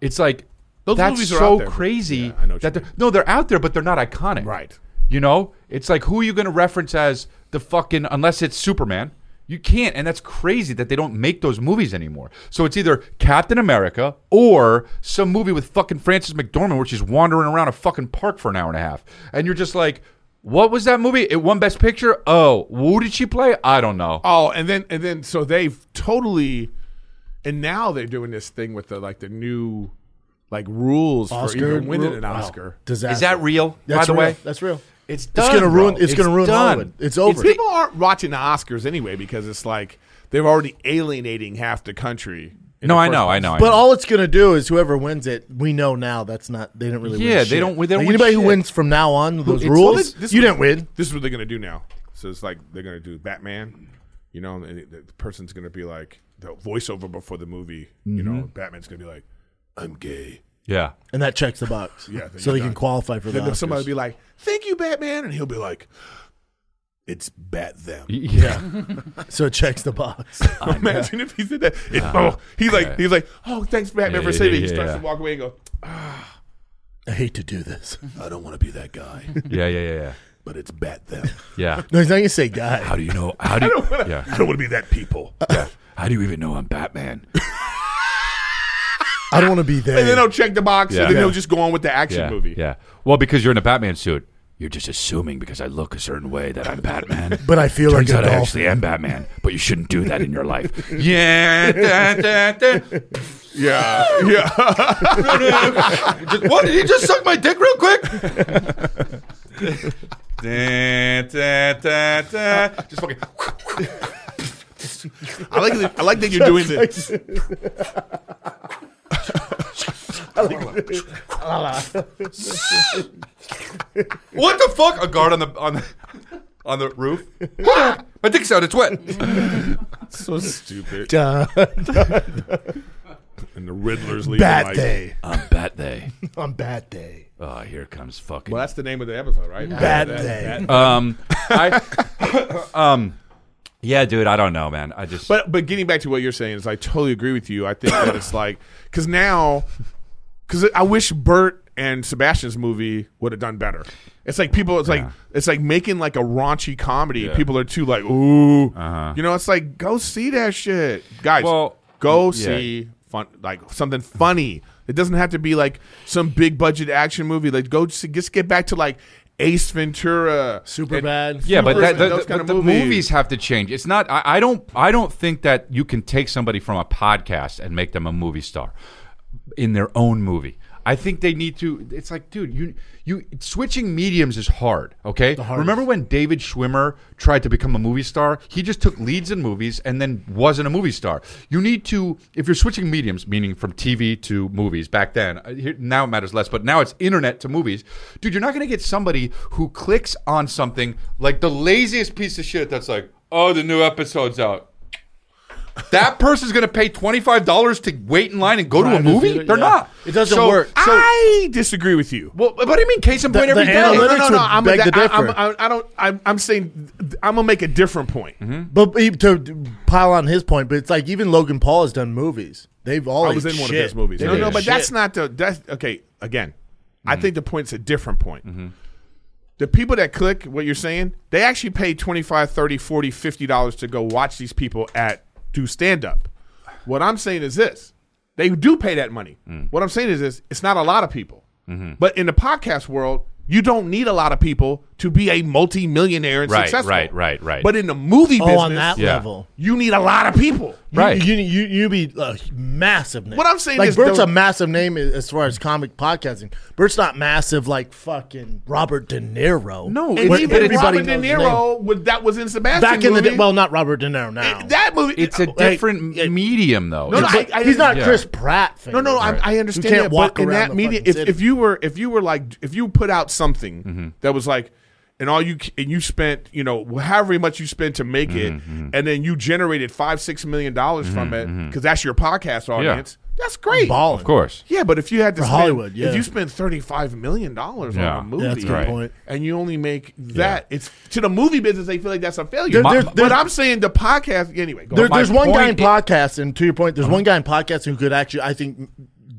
it's like Those that's movies are so out there, but- crazy Yeah, I know what that you they're, no they're out there but they're not iconic Right. you know it's like who are you going to reference as the fucking unless it's superman you can't and that's crazy that they don't make those movies anymore so it's either captain america or some movie with fucking frances mcdormand where she's wandering around a fucking park for an hour and a half and you're just like what was that movie it won best picture oh who did she play i don't know Oh, and then and then so they've totally, and now they're doing this thing with the like the new, like rules Oscar. for even winning ru- an wow. Oscar. Disaster. is that real by That's the real. way That's real. it's done. It's gonna bro. ruin- it's gonna ruin done. Hollywood. It's over. the- People aren't watching the Oscars anyway because it's like they're already alienating half the country. in no, the I first know, I place. know. I But know. all it's gonna do is whoever wins it, we know now that's not they didn't really. win Yeah, they shit. don't- they don't Like, win anybody who shit. wins from now on those it's- Well, rules, this- this you was- didn't win. This is what they're gonna do now. So it's like they're gonna do Batman. You know, and the the person's gonna be like the voiceover before the movie. You Mm-hmm. know, Batman's gonna be like, "I'm gay." yeah. and that checks the box. Yeah, then so you're they done. can qualify for Then that. somebody will be like, "Thank you, Batman," and he'll be like, "It's Bat Them." Yeah. so it checks the box. Uh, Imagine if he said that. It- oh, he like he's like, "Oh, thanks, Batman, Yeah, for saving." he yeah, starts yeah. to walk away and go, I hate to do this. "I don't want to be that guy, Yeah, yeah, yeah, yeah. but it's Bat Them." Yeah. No, he's not gonna say guy. How do you know? How do you, yeah. I don't want to be that people. yeah. How do you even know I'm Batman? I don't want to be there. And then he'll check the box, Yeah. and then he'll Yeah. just go on with the action yeah. movie. Yeah. Well, because you're in a Batman suit. You're just assuming because I look a certain way that I'm Batman. But I feel Turns like a out I dolphin. actually am Batman, but you shouldn't do that in your life. yeah. da, da, da. Yeah, yeah. Just- what? Did he just suck my dick real quick? Da, da, da, da. Just fucking. I like that, I like that you're doing the What the fuck? A guard on the on the on the roof. My dick's out. It's wet. so stupid. Duh. And the Riddler's leaving. Bad like- day. On bat day. On bad day. Oh, here comes fucking. Well, that's the name of the episode, right? Bad That- day. Um, I, um, yeah, dude. I don't know, man. I just. But but getting back to what you're saying is, I totally agree with you. I think that it's like because now, because I wish Bert and Sebastian's movie would have done better. It's like people. It's like it's like making like a raunchy comedy. People are too like ooh, Uh-huh. you know. It's like go see that shit, guys. Well, go yeah. see fun like something funny. It doesn't have to be like some big budget action movie. Like go see, just get back to like Ace Ventura, Super And- bad. yeah, but that, Superman, the, those the- kind of the movies. movies have to change. It's not. I, I don't. I don't think that you can take somebody from a podcast and make them a movie star in their own movie. I think they need to. It's like, dude, you you switching mediums is hard. Okay, remember when David Schwimmer tried to become a movie star? He just took leads in movies and then wasn't a movie star. You need to, if you're switching mediums, meaning from TV to movies back then. uh, Here, now it matters less, but now it's internet to movies. Dude, you're not gonna get somebody who clicks on something like the laziest piece of shit that's like, oh, the new episode's out. That person's gonna pay twenty five dollars to wait in line and go to a Drive to movie? theater, They're yeah. not. It doesn't So- work. So, I disagree with you. well, but I mean, case in point, the every day. analytics- No, no, no. would I'm, beg I, to I'm, differ. I'm, I don't. I'm, I'm saying I'm gonna make a different point. But e- to pile on his point, but it's like even Logan Paul has done movies. They've I always was in shit. one of his movies. They No, did no, but that's shit. not the. That's okay. Again, I think the point's a different point. The people that click what you're saying, they actually pay 25 30 40 50 dollars to go watch these people at do stand up. What I'm saying is this: they do pay that money. What I'm saying is this: it's not a lot of people, but in the podcast world. You don't need a lot of people to be a multi-millionaire and Right, successful. right, right, right. But in the movie Oh, business, on that Yeah. level. you need a lot of people. You- Right. You, you, you be a massive name. What I'm saying like, is Bert's the- a massive name as as far as comic podcasting. Bert's not massive like fucking Robert De Niro. Where No, And And But even everybody Robert De knows his name. Niro, with, that was in Sebastian Back in the movie. day, well, not Robert De Niro now. It- that movie. it's a Hey, different medium, though. No, no, It's- I- I- he's not yeah. Chris Pratt. Famous. no, no. I, I understand. You can't that, walk but in around that the media, fucking if, city. Mm-hmm. if you were, if you were like, if you put out something that was like, and all you and you spent, you know, however much you spent to make Mm-hmm, it, and then you generated five, six million dollars from it because that's your podcast audience. That's great. Balling. of course. Yeah, but if you had to For spend, Hollywood, yeah. if you spend thirty five million dollars Yeah. on a Yeah, movie, that's a good Right. point. and you only make that, it's to the movie business. They feel like that's a failure. There- there- but there- I'm saying the podcast anyway. Go There, on. my there's one guy in point i- Uh-huh. podcasting. To your point, there's one guy in podcasting who could actually, I think,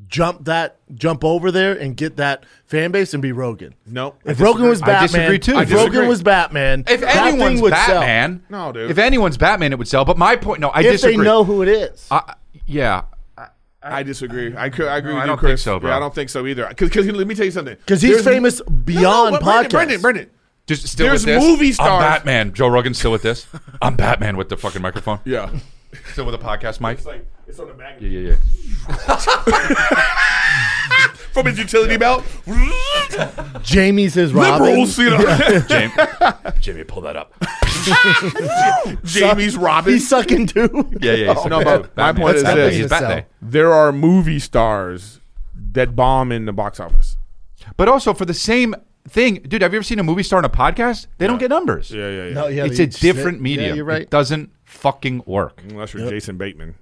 jump that, jump over there and get that fan base and be Rogan. No, I if Rogan was Batman, I disagree too. If I Rogan disagree. was Batman, If that thing anyone's would sell. Batman, No, dude. If anyone's Batman, it would sell. But my point, no, I if disagree. Uh, they know who it is, I, yeah, I disagree. I, cou- I agree No, with I you, don't Chris. think so, bro. Yeah, I don't think so either. Because let me tell you something. because he's There's- famous beyond No, no, podcasts. what- Brendan, Brendan, just still There's with this. movie stars. I'm Batman. Joe Rogan still with this. I'm Batman with the fucking microphone. Brendan. Yeah. Still with a podcast mic. It's like it's on the back Yeah, yeah, yeah. from his utility belt. Jamie's his Robin. Liberals, you know. Jamie, Jamie, pull that up. Jamie's Robin. He's sucking too. Yeah, yeah. he's Oh, No, okay. but my Batman. point is Batman. this. He's Batman. there are movie stars that bomb in the box office. But also for the same thing, dude. Have you ever seen a movie star on a podcast? They don't get numbers. Yeah, yeah, yeah. No, yeah, it's they a different sit- medium. Yeah, you're right. It doesn't fucking work. Unless you're Jason Bateman.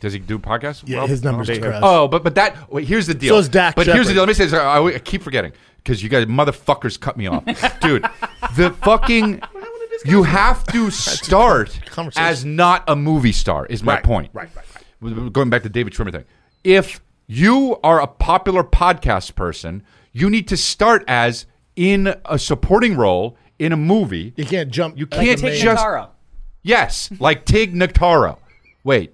Does he do podcasts? yeah, Well, his numbers they have- crash. Oh, but but that wait, here's the deal. So is Dak but here's Shepard. the deal. Let me say this. I, I keep forgetting because you guys motherfuckers cut me off, dude. The fucking you have to start Conversation. as not a movie star is my Right, point. right, right, right. Going back to David Schwimmer thing. If you are a popular podcast person, you need to start as in a supporting role in a movie. you can't jump. Uh, You like can't a man. just- Taro. Yes, like Tig Notaro. Wait.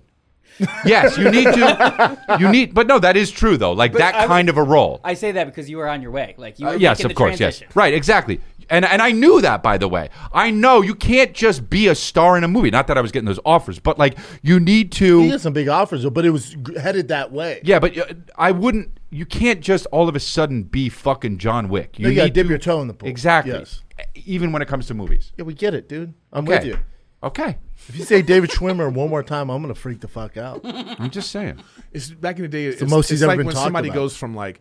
Yes, you need to. You need, but no, that is true though. Like that kind of a role. I say that because you were on your way. Like you were Uh, yes, making of the course. transition. Yes, right, exactly. And and I knew that by the way. I know you can't just be a star in a movie. Not that I was getting those offers, but like you need He to. had some big offers, though, but it was g- headed that way. Yeah, but uh, I wouldn't. You can't just all of a sudden be fucking John Wick. you, need gotta dip to- your toe in the pool. Exactly. Yes. Even when it comes to movies. Yeah, we get it, dude. I'm Okay. with you. Okay, If you say David Schwimmer one more time, I'm gonna freak the fuck out. I'm just saying. It's back in the day. It's, the most it's he's ever like been when talked somebody about. goes from like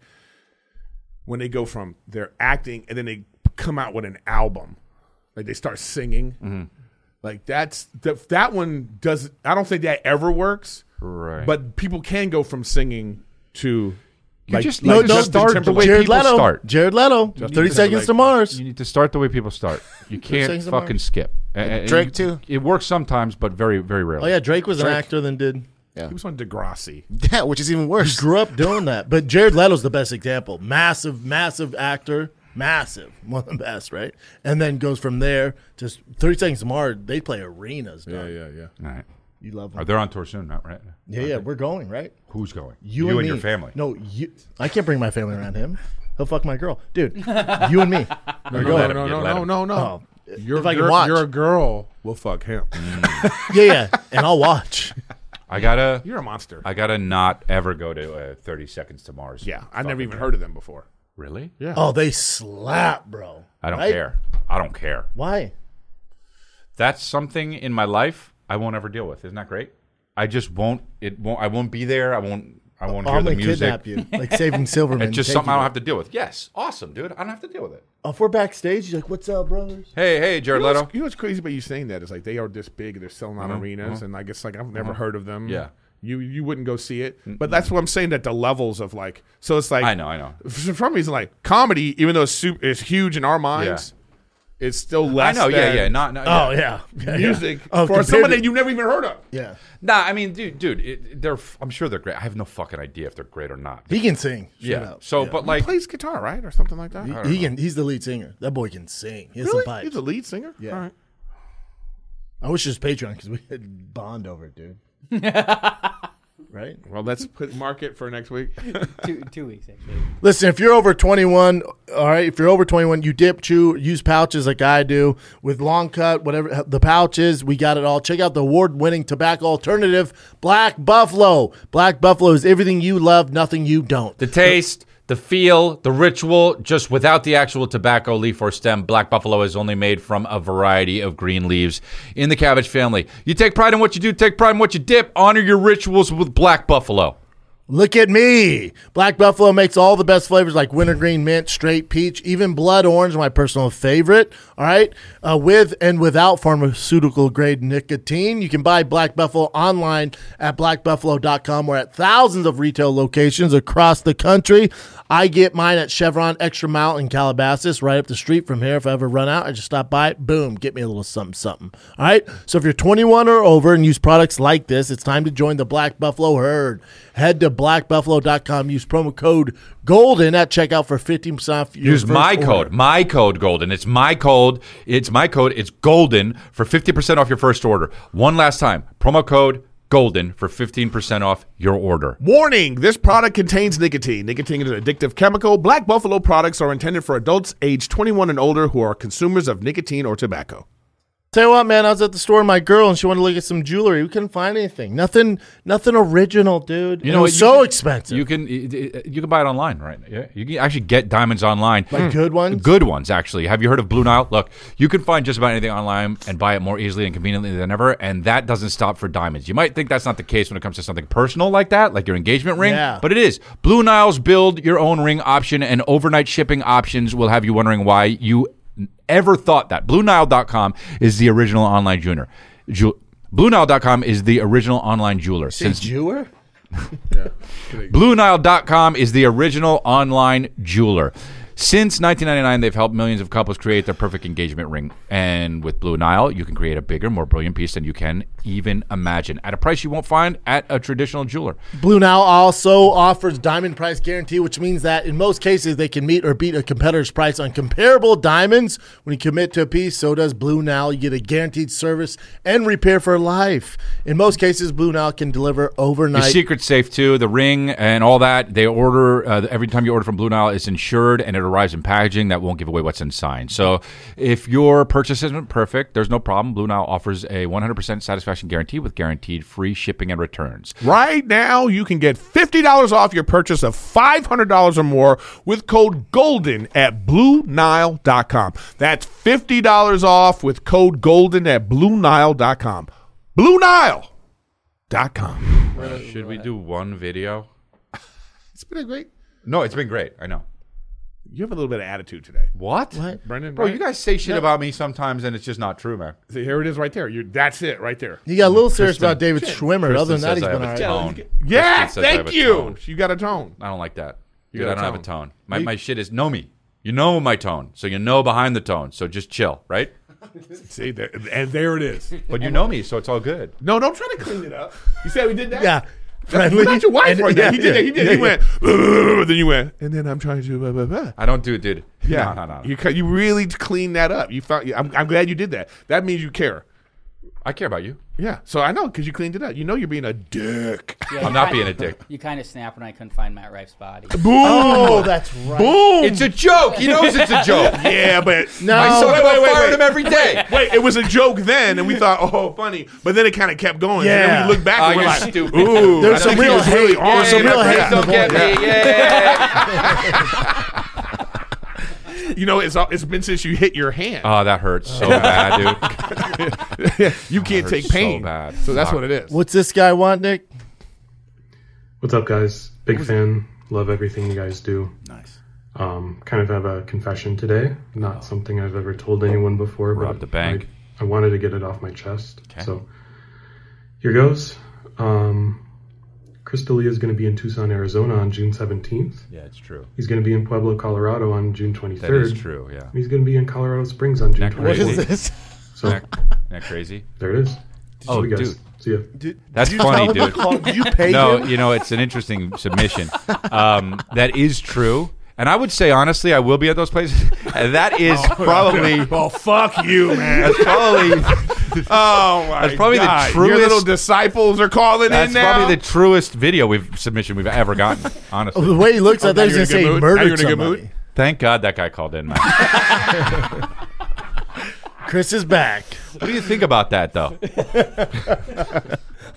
when they go from their acting and then they come out with an album, like they start singing. Mm-hmm. Like that's that, that one does. I don't think that ever works. Right. But people can go from singing to You just need No, to no, start the way Jared people Leto. start. Jared Leto. Thirty Timberlake. seconds to Mars. You need to start the way people start. You can't Seconds to Mars. fucking skip. And- and Drake, too. you- It works sometimes, but very, very Oh rarely. yeah, Drake was an actor. Then did he was on Degrassi. Yeah, which is even worse. grew up doing that. But Jared Leto's the best example. Massive, massive actor. Massive, one of the best, right? And then goes from there. Just thirty seconds to Mars. They play arenas. Dog. yeah, yeah. All right. You love them. Are they on tour soon? Not right. Yeah, yeah. We're going right. Who's going? You, and, me. your family. No, you. I can't bring my family around him. He'll fuck my girl, dude. You and me. No, go no, ahead. no, Get no, let no, him. no, no. Your, if I can your- watch. your girl will fuck him. Yeah, yeah. And I'll watch. I gotta. You're a monster. I gotta not ever go to uh, Thirty Seconds to Mars. yeah, I never even heard of them before. Really? Oh, they slap, bro. I don't Right? care. I don't care. Why? That's something in my life I won't ever deal with. Isn't that great? I just won't. It won't. I won't be there. I won't. I won't Oh, hear I'm the gonna music. kidnap you, like saving Silverman. It's just take something you I don't there. have to deal with. Yes, awesome, dude. I don't have to deal with it. Oh, if we're backstage, you're like, "What's up, brothers?" Hey, hey, Jared You know, Leto. what's, you know what's crazy about you saying that is like they are this big, they're selling out arenas, and I guess like I've never heard of them. Yeah. you you wouldn't go see it, but that's what I'm saying. That the levels of like, so it's like I know, I know. For some reason, like comedy, even though it's, super, it's huge in our minds, it's still I less. know. Yeah, than yeah. Not. not Oh yeah. yeah, Yeah, yeah. music Oh, for compared someone to- that you've never even heard of. Yeah, Nah. I mean, dude, dude. It, they're. f- I'm sure they're great. I have no fucking idea if they're great or not. he can sing. Shut Yeah. up. So, but like, Plays guitar, right, or something like that. he can. He's the lead singer. That boy can sing. He has Really? some pipes. He's the lead singer. Yeah. All right. I wish it was Patreon because we had bond over it, dude. right? Well, let's put mark it for next week. two two weeks actually. Listen, if you're over 21, all right, if you're over 21, you dip, chew, use pouches like I do with long cut, whatever the pouches, we got it all. Check out the award winning tobacco alternative, Black Buffalo. Black Buffalo is everything you love, nothing you don't. The taste, the feel, the ritual, just without the actual tobacco leaf or stem, Black Buffalo is only made from a variety of green leaves in the cabbage family. You take pride in what you do, take pride in what you dip, honor your rituals with Black Buffalo. Look at me. Black Buffalo makes all the best flavors like wintergreen mint, straight peach, even blood orange, my personal favorite. All right. Uh, with and without pharmaceutical grade nicotine. You can buy Black Buffalo online at blackbuffalo.com or at thousands of retail locations across the country. I get mine at Chevron Extra Mile in Calabasas, right up the street from here. If I ever run out, I just stop by, boom, get me a little something, something. All right. So if you're 21 or over and use products like this, it's time to join the Black Buffalo herd. Head to blackbuffalo.com, use promo code GOLDEN at checkout for 15% off. Your Use first my order. code, my code golden. It's my code. It's my code. It's golden for 50% off your first order. One last time, promo code golden for 15% off your order. Warning this product contains nicotine. Nicotine is an addictive chemical. Black Buffalo products are intended for adults age 21 and older who are consumers of nicotine or tobacco. Tell you what, man, I was at the store with my girl and she wanted to look at some jewelry. We couldn't find anything. Nothing nothing original, dude. You know, it was what? You so can- expensive. You can it- it- you can buy it online, right? Yeah, you can actually get diamonds online. Like good ones? Good ones, actually. Have you heard of Blue Nile? Look, you can find just about anything online and buy it more easily and conveniently than ever, and that doesn't stop for diamonds. You might think that's not the case when it comes to something personal like that, like your engagement ring, Yeah. but it is. Blue Nile's build your own ring option and overnight shipping options will have you wondering why you ever thought that. BlueNile.com is the original online jeweler. Ju- BlueNile.com is the original online jeweler. Since Jewer? BlueNile.com is the original online jeweler. Since 1999, they've helped millions of couples create their perfect engagement ring. And with Blue Nile, you can create a bigger, more brilliant piece than you can even imagine at a price you won't find at a traditional jeweler. Blue Nile also offers diamond price guarantee, which means that in most cases they can meet or beat a competitor's price on comparable diamonds. When you commit to a piece, so does Blue Nile. You get a guaranteed service and repair for life. In most cases, Blue Nile can deliver Your overnight. secret's safe too. The ring and all that. They order uh, every time you order from Blue Nile, it's insured and it or rise in packaging that won't give away what's inside. So if your purchase isn't perfect, there's no problem. Blue Nile offers a 100% satisfaction guarantee with guaranteed free shipping and returns. Right now, you can get $50 off your purchase of $500 or more with code GOLDEN at BlueNile.com. That's $50 off with code GOLDEN at BlueNile.com. BlueNile.com. Should we do one video? It's been a great. No, it's been great. I know. You have a little bit of attitude today. What? Brendan, Bro, right? you guys say shit about me sometimes and it's just not true, man. See, here it is right there. You're, that's it right there. He got a little serious about David Schwimmer. Other than Kristen that, he's says I been have all a right. tone. Yeah, Kristen says I have thank a you. tone. You got a tone. I don't like that. got Dude, I a don't have a tone. tone. My, my shit is know me. You know my tone, so you know behind the tone. So just chill, right? See, there, and there it is. But you know me, so it's all good. No, don't try to clean it up. You said we did that? Yeah. Friendly. Not your wife And- right there. yeah, He did yeah, that. He did. yeah, he went. "Ugh," Then you went. And then I'm trying to. Blah, blah, blah. I don't do it, dude. Yeah, no, no, no. You ca- you really cleaned that up. You found. I'm, I'm glad you did that. That means you care. I care about you. Yeah. So I know because you cleaned it up. You know you're being a dick. Yeah, I'm you not kinda- being a dick. You kind of snapped when I couldn't find Matt Rife's body. Boom. Oh, that's right. Boom. It's a joke. He knows it's a jote. yeah, but no. I saw wait, him. I wait, wait, fired wait. him every day. Wait, it was a joke then, and we thought, oh, funny. But then it kind of kept going. And then Yeah. we look back Oh, and we're you're like, stupid. ooh, There's some I think he real was really hate. on There's Hey, some to my real that. friends hate in Don't the get voice. me. Yeah. You know, it's it's been since you hit your hand. oh, that hurts so bad, dude. you can't take so pain. bad. So that's Fuck. what it is. What's this guy want, Nick? What's up, guys? Big fan. Love everything you guys do. Nice. Um, kind of have a confession today. Not something I've ever told anyone before. Rob but the bank. I, I wanted to get it off my chest. So here goes. Um, Chris D'Elia is going to be in Tucson, Arizona on June 17th. Yeah, it's true. He's going to be in Pueblo, Colorado on June 23rd. That is true. Yeah. He's going to be in Colorado Springs on June That crazy. 24th. What is this? So Isn't that crazy? there it is. Oh, See you guys. dude. See ya. That's funny, Tell him to dude. call- Did you pay no, him? you know, it's an interesting submission. Um, that is true. And I would say, honestly, I will be at those places. And that Oh, is probably. Well, Oh, fuck you, man. That's probably Oh my That's probably the God. Your truest- little disciples are calling that's in now. probably the truest video we've submission we've ever gotten. The Honestly, way he looks, I thought he was you're going in to a say he good mood? Now you're murdered in a good somebody. mood? thank God that guy called in. Man. Chris is back. What do you think about that, though?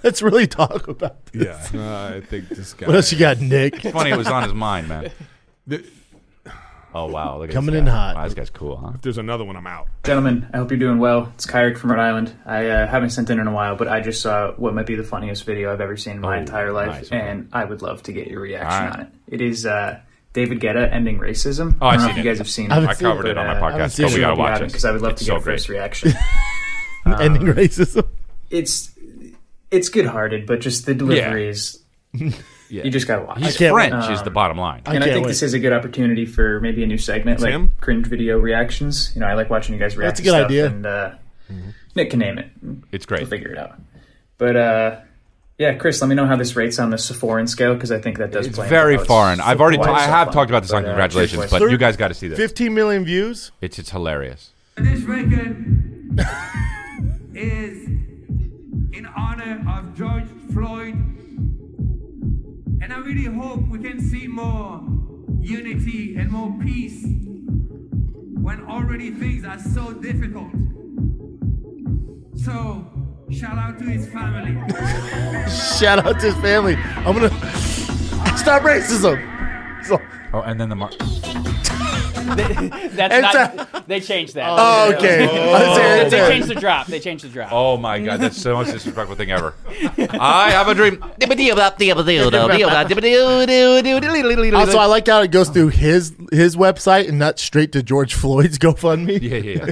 Let's really talk about this. yeah, I think this guy. What else you got, Nick? Funny, it was on his mind, man. Th- Oh wow, look at Coming this in guy. hot. Wow, this guy's cool, huh? There's another one. I'm out. Gentlemen, I hope you're doing well. It's Kyrick from Rhode Island. I uh, haven't sent in in a while, but I just saw what might be the funniest video I've ever seen in my Oh, entire life, nice. and I would love to get your reaction All right. on it. It is uh, David Guetta ending racism. Oh, I I've don't know if seen you it. guys have seen I it. haven't I seen it, covered it on but, my uh, haven't podcast, seen but it. we gotta You watch haven't, it because I would love It's to get so your first great. reaction. Ending racism. It's it's good-hearted, but just the delivery Yeah. is. You just gotta watch. He's it. can't- French, is the bottom line. and Uh, I can't think wait. this is a good opportunity for maybe a new segment, like Tim? cringe video reactions. You know, I like watching you guys react. That's a to good stuff, idea. And uh, Mm-hmm. Nick can name it. It's great. figure it out. But uh, yeah, Chris, let me know how this rates on the Sephoran scale because I think that does. It's play very into how foreign. I've already, t- Sephoran I stuff have on talked it. about this on But, uh, congratulations, here's but what- you guys got to see this. 15 million views. It's it's hilarious. This record is in honor of George Floyd. And I really hope we can see more unity and more peace when already things are so difficult. So, shout out to his family. Shout out to his family. I'm going to stop racism. So- Oh, and then the mar- That's It's not. they changed that. oh, okay. I was saying, They- they I changed the drop. They changed the drop. oh my god, that's the most disrespectful thing ever. I have a dream. said- Also, I like how it goes through his his website and not straight to George Floyd's GoFundMe. Yeah, yeah, yeah.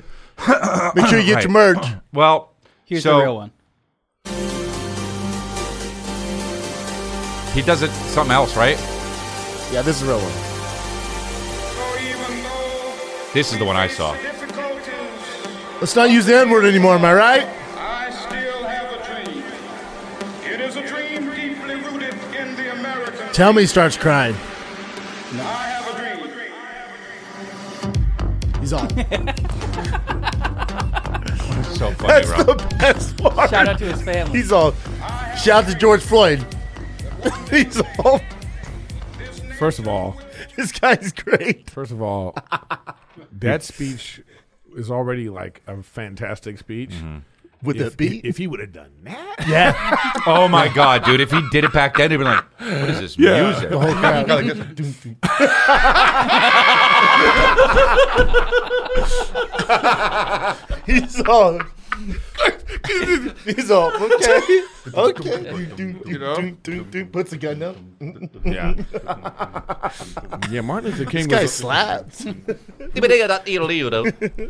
Make sure you get Right. your merch. Well, Here's so the real one. he does it something else, right? Yeah, this is a real one. This is the one I saw. Let's not use the N word anymore, am I right? I still have a dream. It is a dream deeply rooted in the American. Tell me he starts crying. I have a dream. He's on. So funny, That's Rob. the best part. Shout out to his family. He's all. Shout out to George Floyd. He's all. This First of all, this guy's great. First of all, that speech is already like a fantastic speech. With if, that beat? if he would have done that, Yeah. Oh my god, dude! If he did it back then, he'd be like, "What is this Yeah. music?" The whole crowd. Like this. He's all. He's all okay. Okay. You do, you know? do, do, do, puts a gun up. yeah, yeah, Martin Luther This King guy was slaps. he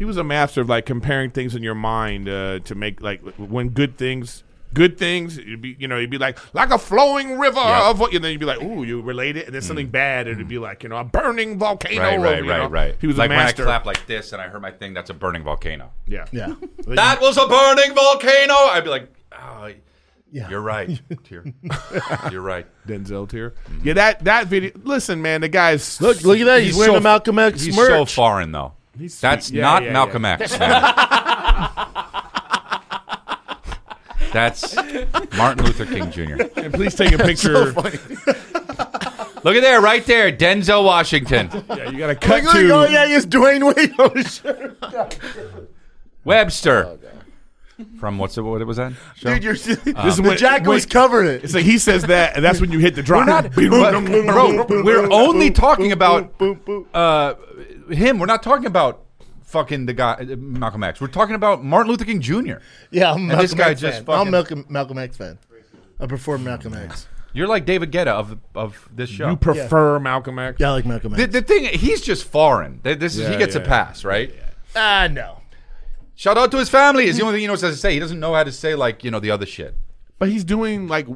was a master of like comparing things in your mind uh, to make like when good things. Good things, it'd be, you know, you'd be like, like a flowing river Yeah. of what, and then you'd be like, ooh, you relate it, and then something bad, it'd be like, you know, a burning volcano. right, of- right, you right, know? right. He was like a master. when I clap like this and I heard my thing. That's a burning volcano. yeah, Yeah. That was a burning volcano. I'd be like, oh, Yeah. "You're right, Tear. You're right." Denzel tier. Mm-hmm. Yeah, that that video. Listen, man, the guy's Look, look at that. He's, wearing so- a Malcolm X He's merch. so foreign though. That's yeah, not yeah, Malcolm X. Man. That's Martin Luther King Jr. And please take a picture. Look at there, right there, Denzel Washington. yeah, you gotta Like, cut look, to. oh yeah, he's Dwayne Wade on his shirt. Webster. From what's it, what was that? Show? Dude, you're, This is the when- jacket was wait. covering it. It's like he says that, and that's when you hit the drop. But, bro, we're only talking about uh, him. We're not talking about fucking the guy uh, Malcolm X. We're talking about Martin Luther King Jr. Yeah, I'm a And Malcolm this guy X just fan. fucking- I'm Malcolm, Malcolm X fan. I prefer Malcolm X. You're like David Guetta of of this show. you prefer Malcolm X? Yeah, I like Malcolm the, X. the thing, he's just foreign. Th- This is, he Yeah, gets a yeah. pass, right? Ah, no. Shout out to his family. Is the only thing he knows how to say. He doesn't know how to say like you know the other shit. But he's doing like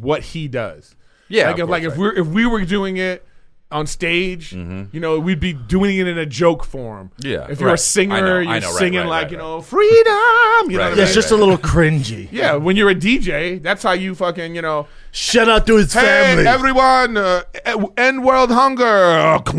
what he does. Yeah, like, of if, like course, if right. Mm-hmm. we're if we were doing it on stage, you know, we'd be doing it in a joke form. Yeah, If you're a right. singer, I know, I you're know, right, singing right, like right, you right. know freedom. You know Right, what I Yeah, mean? it's just a little cringy. yeah, when you're a DJ, that's how you fucking you know. Shout out to his Hey family. everyone, uh, e- end world hunger. yeah, yeah,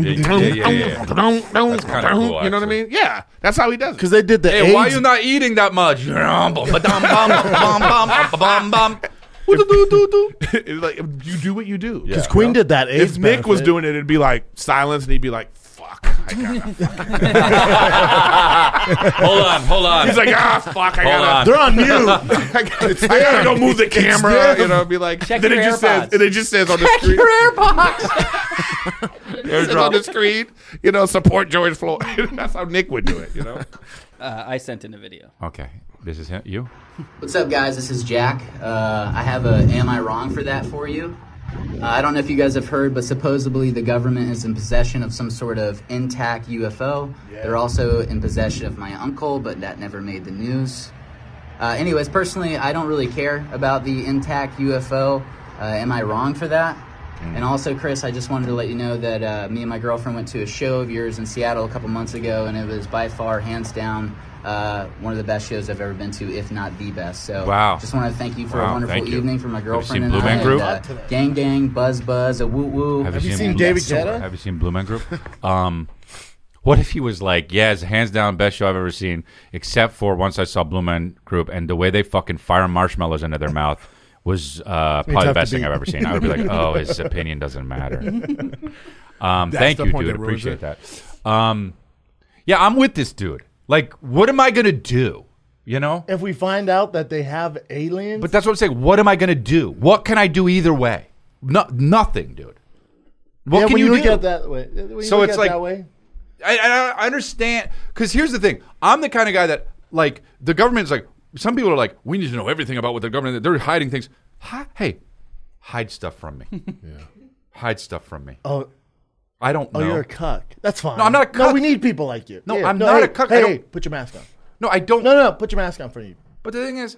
yeah. That's kinda cool, you know what I actually. mean? Yeah, that's how he does it. Because they did the Hey, AIDS. why are you not eating that much? Bum, bum, bum, bum, bum, bum, bum. Woo-doo-doo-doo-doo. It's like you do what you do. Because Queen did that AIDS. If Nick was benefit. doing it, it'd be like silence, and he'd be like, "Fuck." I gotta. Hold on, hold on. He's like, "Ah, fuck." I Hold gotta. on. they're on mute. I gotta, I gotta go move the camera. them. You know, be like. Check then it your just says, AirPods. and it just says on the screen. it says on the screen, you know, support George Floyd. That's how Nick would do it. You know. Uh, I sent in a video. Okay, this is him, you. What's up, guys? This is Jack. Uh, I have a Am I Wrong for that for you. Uh, I don't know if you guys have heard, but supposedly the government is in possession of some sort of intact UFO. They're also in possession of my uncle, but that never made the news. Uh, anyways, personally, I don't really care about the intact UFO. Uh, am I wrong for that? Mm. And also, Chris, I just wanted to let you know that uh, me and my girlfriend went to a show of yours in Seattle a couple months ago, and it was by far, hands down, uh, one of the best shows I've ever been to, if not the best. So, Wow. just want to thank you for Wow, a wonderful thank you. evening for my Have you seen girlfriend and Blue I. Man and, Group? uh, gang, gang, buzz, buzz, a woo, woo. you seen David Guetta? Have you seen Blue Man Group? Um, what if he was like, yeah, it's hands down best show I've ever seen, except for once I saw Blue Man Group and the way they fucking fire marshmallows into their mouth was uh, probably the tough best to thing I've beat. ever seen. I would be like, oh, his opinion doesn't matter. Um, thank the you, point dude. that ruins Appreciate that. Um, yeah, I'm with this dude. Like, what am I gonna do? You know? if we find out that they have aliens, But that's what I'm saying. What am I going to do? What can I do either way? No, nothing, dude. What yeah, can when you, you look do? at it that way, when you So look it's at it like- that way. I, I, I understand. Because here's the thing. I'm the kind of guy that, like, the government's like, some people are like, we need to know everything about what the government, they're hiding things. Hi, hey, hide stuff from me. Hide stuff from me. Oh, I don't oh, know. you're a cuck. That's fine. No, I'm not a No, cuck. we need people like you. No, Yeah. I'm not hey, a cuck. I Hey, don't- hey, put your mask on. no, I don't. No, no, no, put your mask on for you. But the thing is,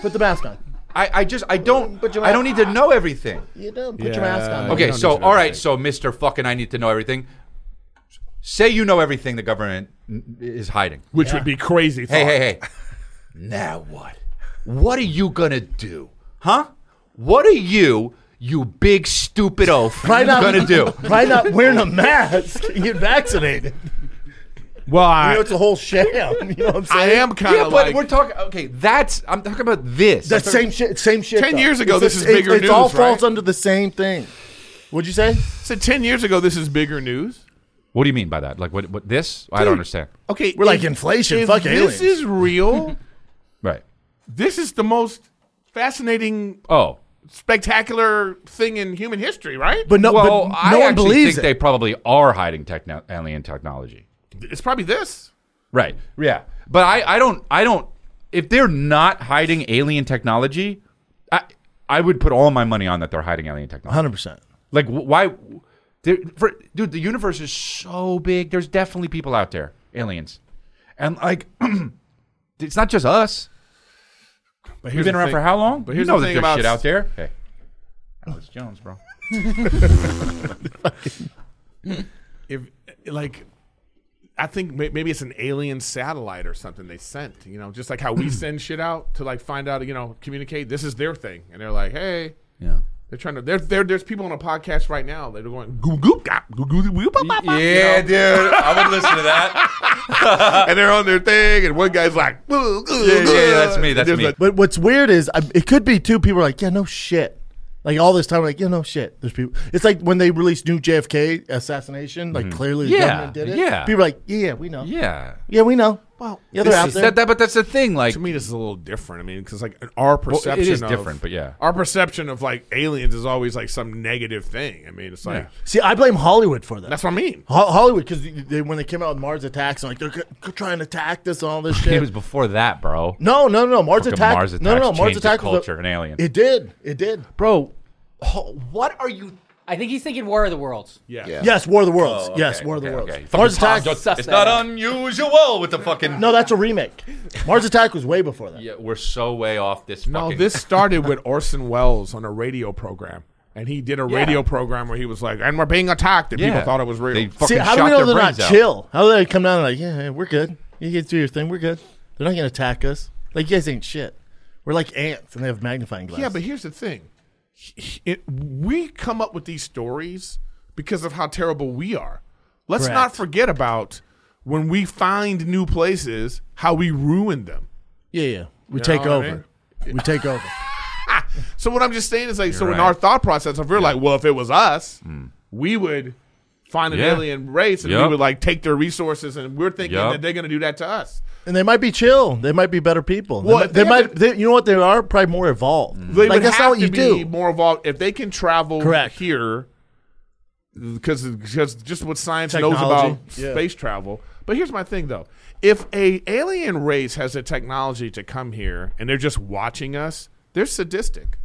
Put the mask on. I, I just, I don't, But you- I don't need to know everything. You don't put your mask on. Okay, don't so need to know all right, so Mister fucking, I need to know everything. Say you know everything the government n- is hiding. Which would be crazy. Hey, hey, hey. Now what? What are you gonna do, huh? What are you, you big stupid oaf, Why not- gonna do? Why not wearing a mask and get vaccinated? Well, I, You know, it's a whole sham. You know what I'm I saying? am kind Yeah, of but like. we're talking. Okay, that's I'm talking about this. That's same shit. Same shit. 10 though. years ago, It's this the- is bigger It it's all news, right? falls under the same thing. What'd you say? So ten years ago, this is bigger news. What do you mean by that? Like what? What this? I don't Dude. understand. Okay, We're like inflation, If fuck this aliens. is real. Right. this is the most fascinating, Oh. spectacular thing in human history, right? But no, well, but I no one actually believes think it. they probably are hiding techno- alien technology. it's probably this. Right. Yeah. But I, I don't I don't if they're not hiding alien technology, I I would put all my money on that they're hiding alien technology. Hundred percent. Like wh- why there- for, dude, the universe is so big. There's definitely people out there, aliens. And like it's not just us. But We've been around for how long? But here's you know the that thing about there's shit s- out there. Hey. Alex Jones, bro. If like, I think may- maybe it's an alien satellite or something they sent. You know, just like how we send shit out to like find out, you know, communicate. This is their thing, and they're like, hey. Yeah. They're trying to. There, there, there's people on a podcast right now that are going goo goop gop goo goo goo bop, bop, bop," you know? dude. I would listen to that. and they're on their thing, and one guy's like, "Goo, goo, Yeah, yeah, goo," yeah, that's me, and that's there's me. like- But what's weird is I, it could be too. People are like, yeah, no shit. Like all this time, like yeah, no shit. There's people. It's like when they released new JFK assassination. Mm-hmm. Like clearly, the Yeah, government did it. yeah. people are like, yeah, yeah, we know. Yeah, Yeah. we know. Well, yeah, they're out Is there. that- that- but that's the thing. Like to me, this is a little different. I mean, because like our perception it is of- different, but yeah. our perception of like aliens is always like some negative thing. I mean, it's like See, I blame Hollywood for that. that's what I mean. Ho- Hollywood, because they, when they came out with Mars Attacks, and like they're c- c- trying to attack this and all this shit. It was before that, bro. no, no, no, Mars Fucking Attack. Mars no, no, no, Attacks Mars changed the Attack was a- culture and Alien. It did. It did. Bro, What are you? I think he's thinking War of the Worlds. Yeah. Yes, War of the Worlds. Yes, War of the Oh, okay, Worlds. okay. Mars Fucking Attack. Tom Jones- Suss It's that not out. unusual with the fucking. No, that's a remake. Mars Attack was way before that. Yeah, we're so way off this. No, fucking- this started with Orson Welles on a radio program, and he did a radio program where he was like, "And we're being attacked," and people thought it was real. They fucking See, how shot do we know their they're not brains out. chill? How do they come down and like, yeah, yeah, we're good. You guys do your thing. We're good. They're not going to attack us. Like, you guys ain't shit. We're like ants and they have magnifying glasses. yeah, but here's the thing: it, we come up with these stories because of how terrible we are. Let's Correct. not forget about when we find new places, how we ruin them. yeah, yeah. We take know what over. I We take over. So what I'm just saying is like, so in right. Hmm. our thought process, if we're like, well, if it was us, we would find an Yeah. alien race and we Yep. would like take their resources, and we're thinking Yep. that they're going to do that to us. And they might be chill. They might be better people. Well, Well, if they, Mm-hmm. they might. haven't- They, you know what? They are probably more evolved. They like would that's have not what to you be do. more involved if they can travel Correct. here, because because just what science knows Technology. about Yeah. space travel. But here's my thing though: if a alien race has the technology to come here and they're just watching us, they're sadistic.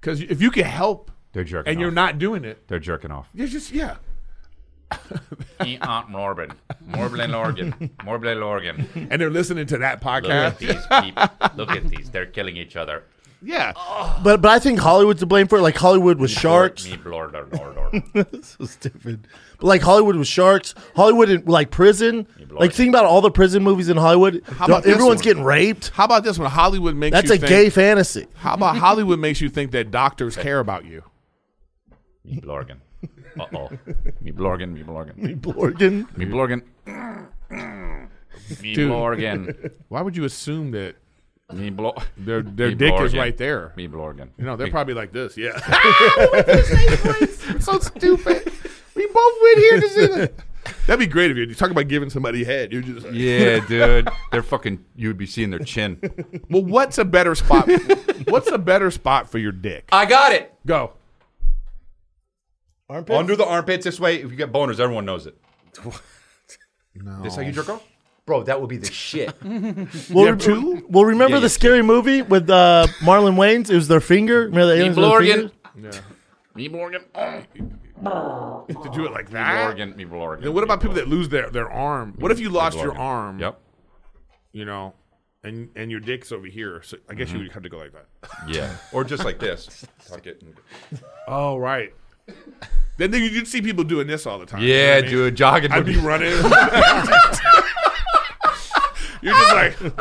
Because if you can help They're jerking and you're off. not doing it, They're jerking off. you're just yeah. Aunt Morbin, Morbin Lorgan, Morbin Lorgan. and they're listening to that podcast. people. Look at these. They're killing each other. Yeah. But but I think Hollywood's to blame for it. Like Hollywood was sharks. this was stupid. But like Hollywood was sharks. Hollywood in, like prison. Like think about all the prison movies in Hollywood. about this Everyone's one? getting raped. How about this one? Hollywood makes That's you a think, gay fantasy. How about Hollywood makes you think that doctors care about you? Me Blorgan. Uh oh. Me Blorgan, me Blorgan. Blorgan. Me Blorgan. Me Blorgan. Why would you assume that Me Blorgan. their their Me dick is Blorgan. right there? Me Blorgan. You know, they're Me- probably like this. Yeah. so stupid. We both went here to see that. That'd be great if you talk about giving somebody head. You're just like, Yeah, dude. They're fucking. You would be seeing their chin. well, what's a better spot? what's a better spot for your dick? I got it. Go. Armpit. Under the armpits this way. If you get boners, everyone knows it. No. This how you jerk off? Bro, that would be the shit. Well, have two? well, remember Yeah, the yeah, scary movie with uh, Marlon Wayans? It was their finger. Remember the aliens with their Blorgan. finger? Me Blorgan. To do it like that. Blorgan. Me Blorgan. Then what about people that lose their, their arm? What if you lost your arm? Yep. you know, and and your dick's over here. So I guess Mm-hmm. you would have to go like that. Yeah. Or just like this. Tuck it. and- Oh, right. then you- you'd see people doing this all the time. you know what Yeah, I mean? dude. Jogging. I'd would be be- running. You're just like,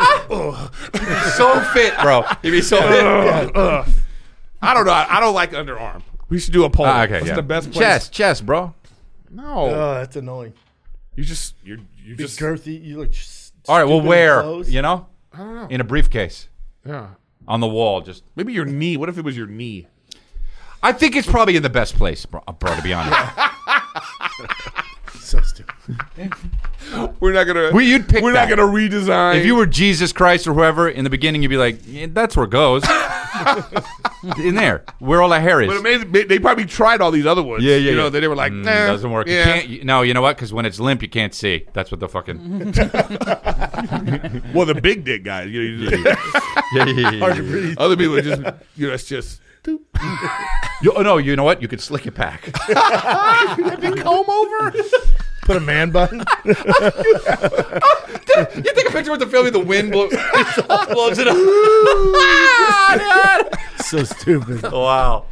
so fit, bro. You'd be so fit. I don't know. I, I don't like underarm. We should do a poll. Ah, okay. What's yeah. the best place? Chest, chest, bro. No. Oh, that's annoying. you just you're you Big just girthy. You look. s- All right, well, stupid in where? clothes. You know? I don't know. In a briefcase. yeah. On the wall, just Maybe your knee. What if it was your knee? I think it's probably in the best place, bro, uh, bro to be honest. so stupid. We're not gonna. We, you'd pick We're that. not gonna redesign. If you were Jesus Christ or whoever, in the beginning, you'd be like, yeah, that's where it goes. in there, where all the hair is. but amazing, they they probably tried all these other ones. Yeah, yeah, You know, yeah. They, they were like, Mm, nah, doesn't work. You yeah. can't, you- no, you know what? Because when it's limp, you can't see. That's what the fucking. Well, the big dick guys. You know, you- yeah, yeah, yeah, yeah, Hard to yeah. breathe. other people are just, you know, it's just You- oh, no, you know what? You could slick it back. comb over. Put a man bun. you take a picture with the film, the wind blow, blows it up. so stupid. wow.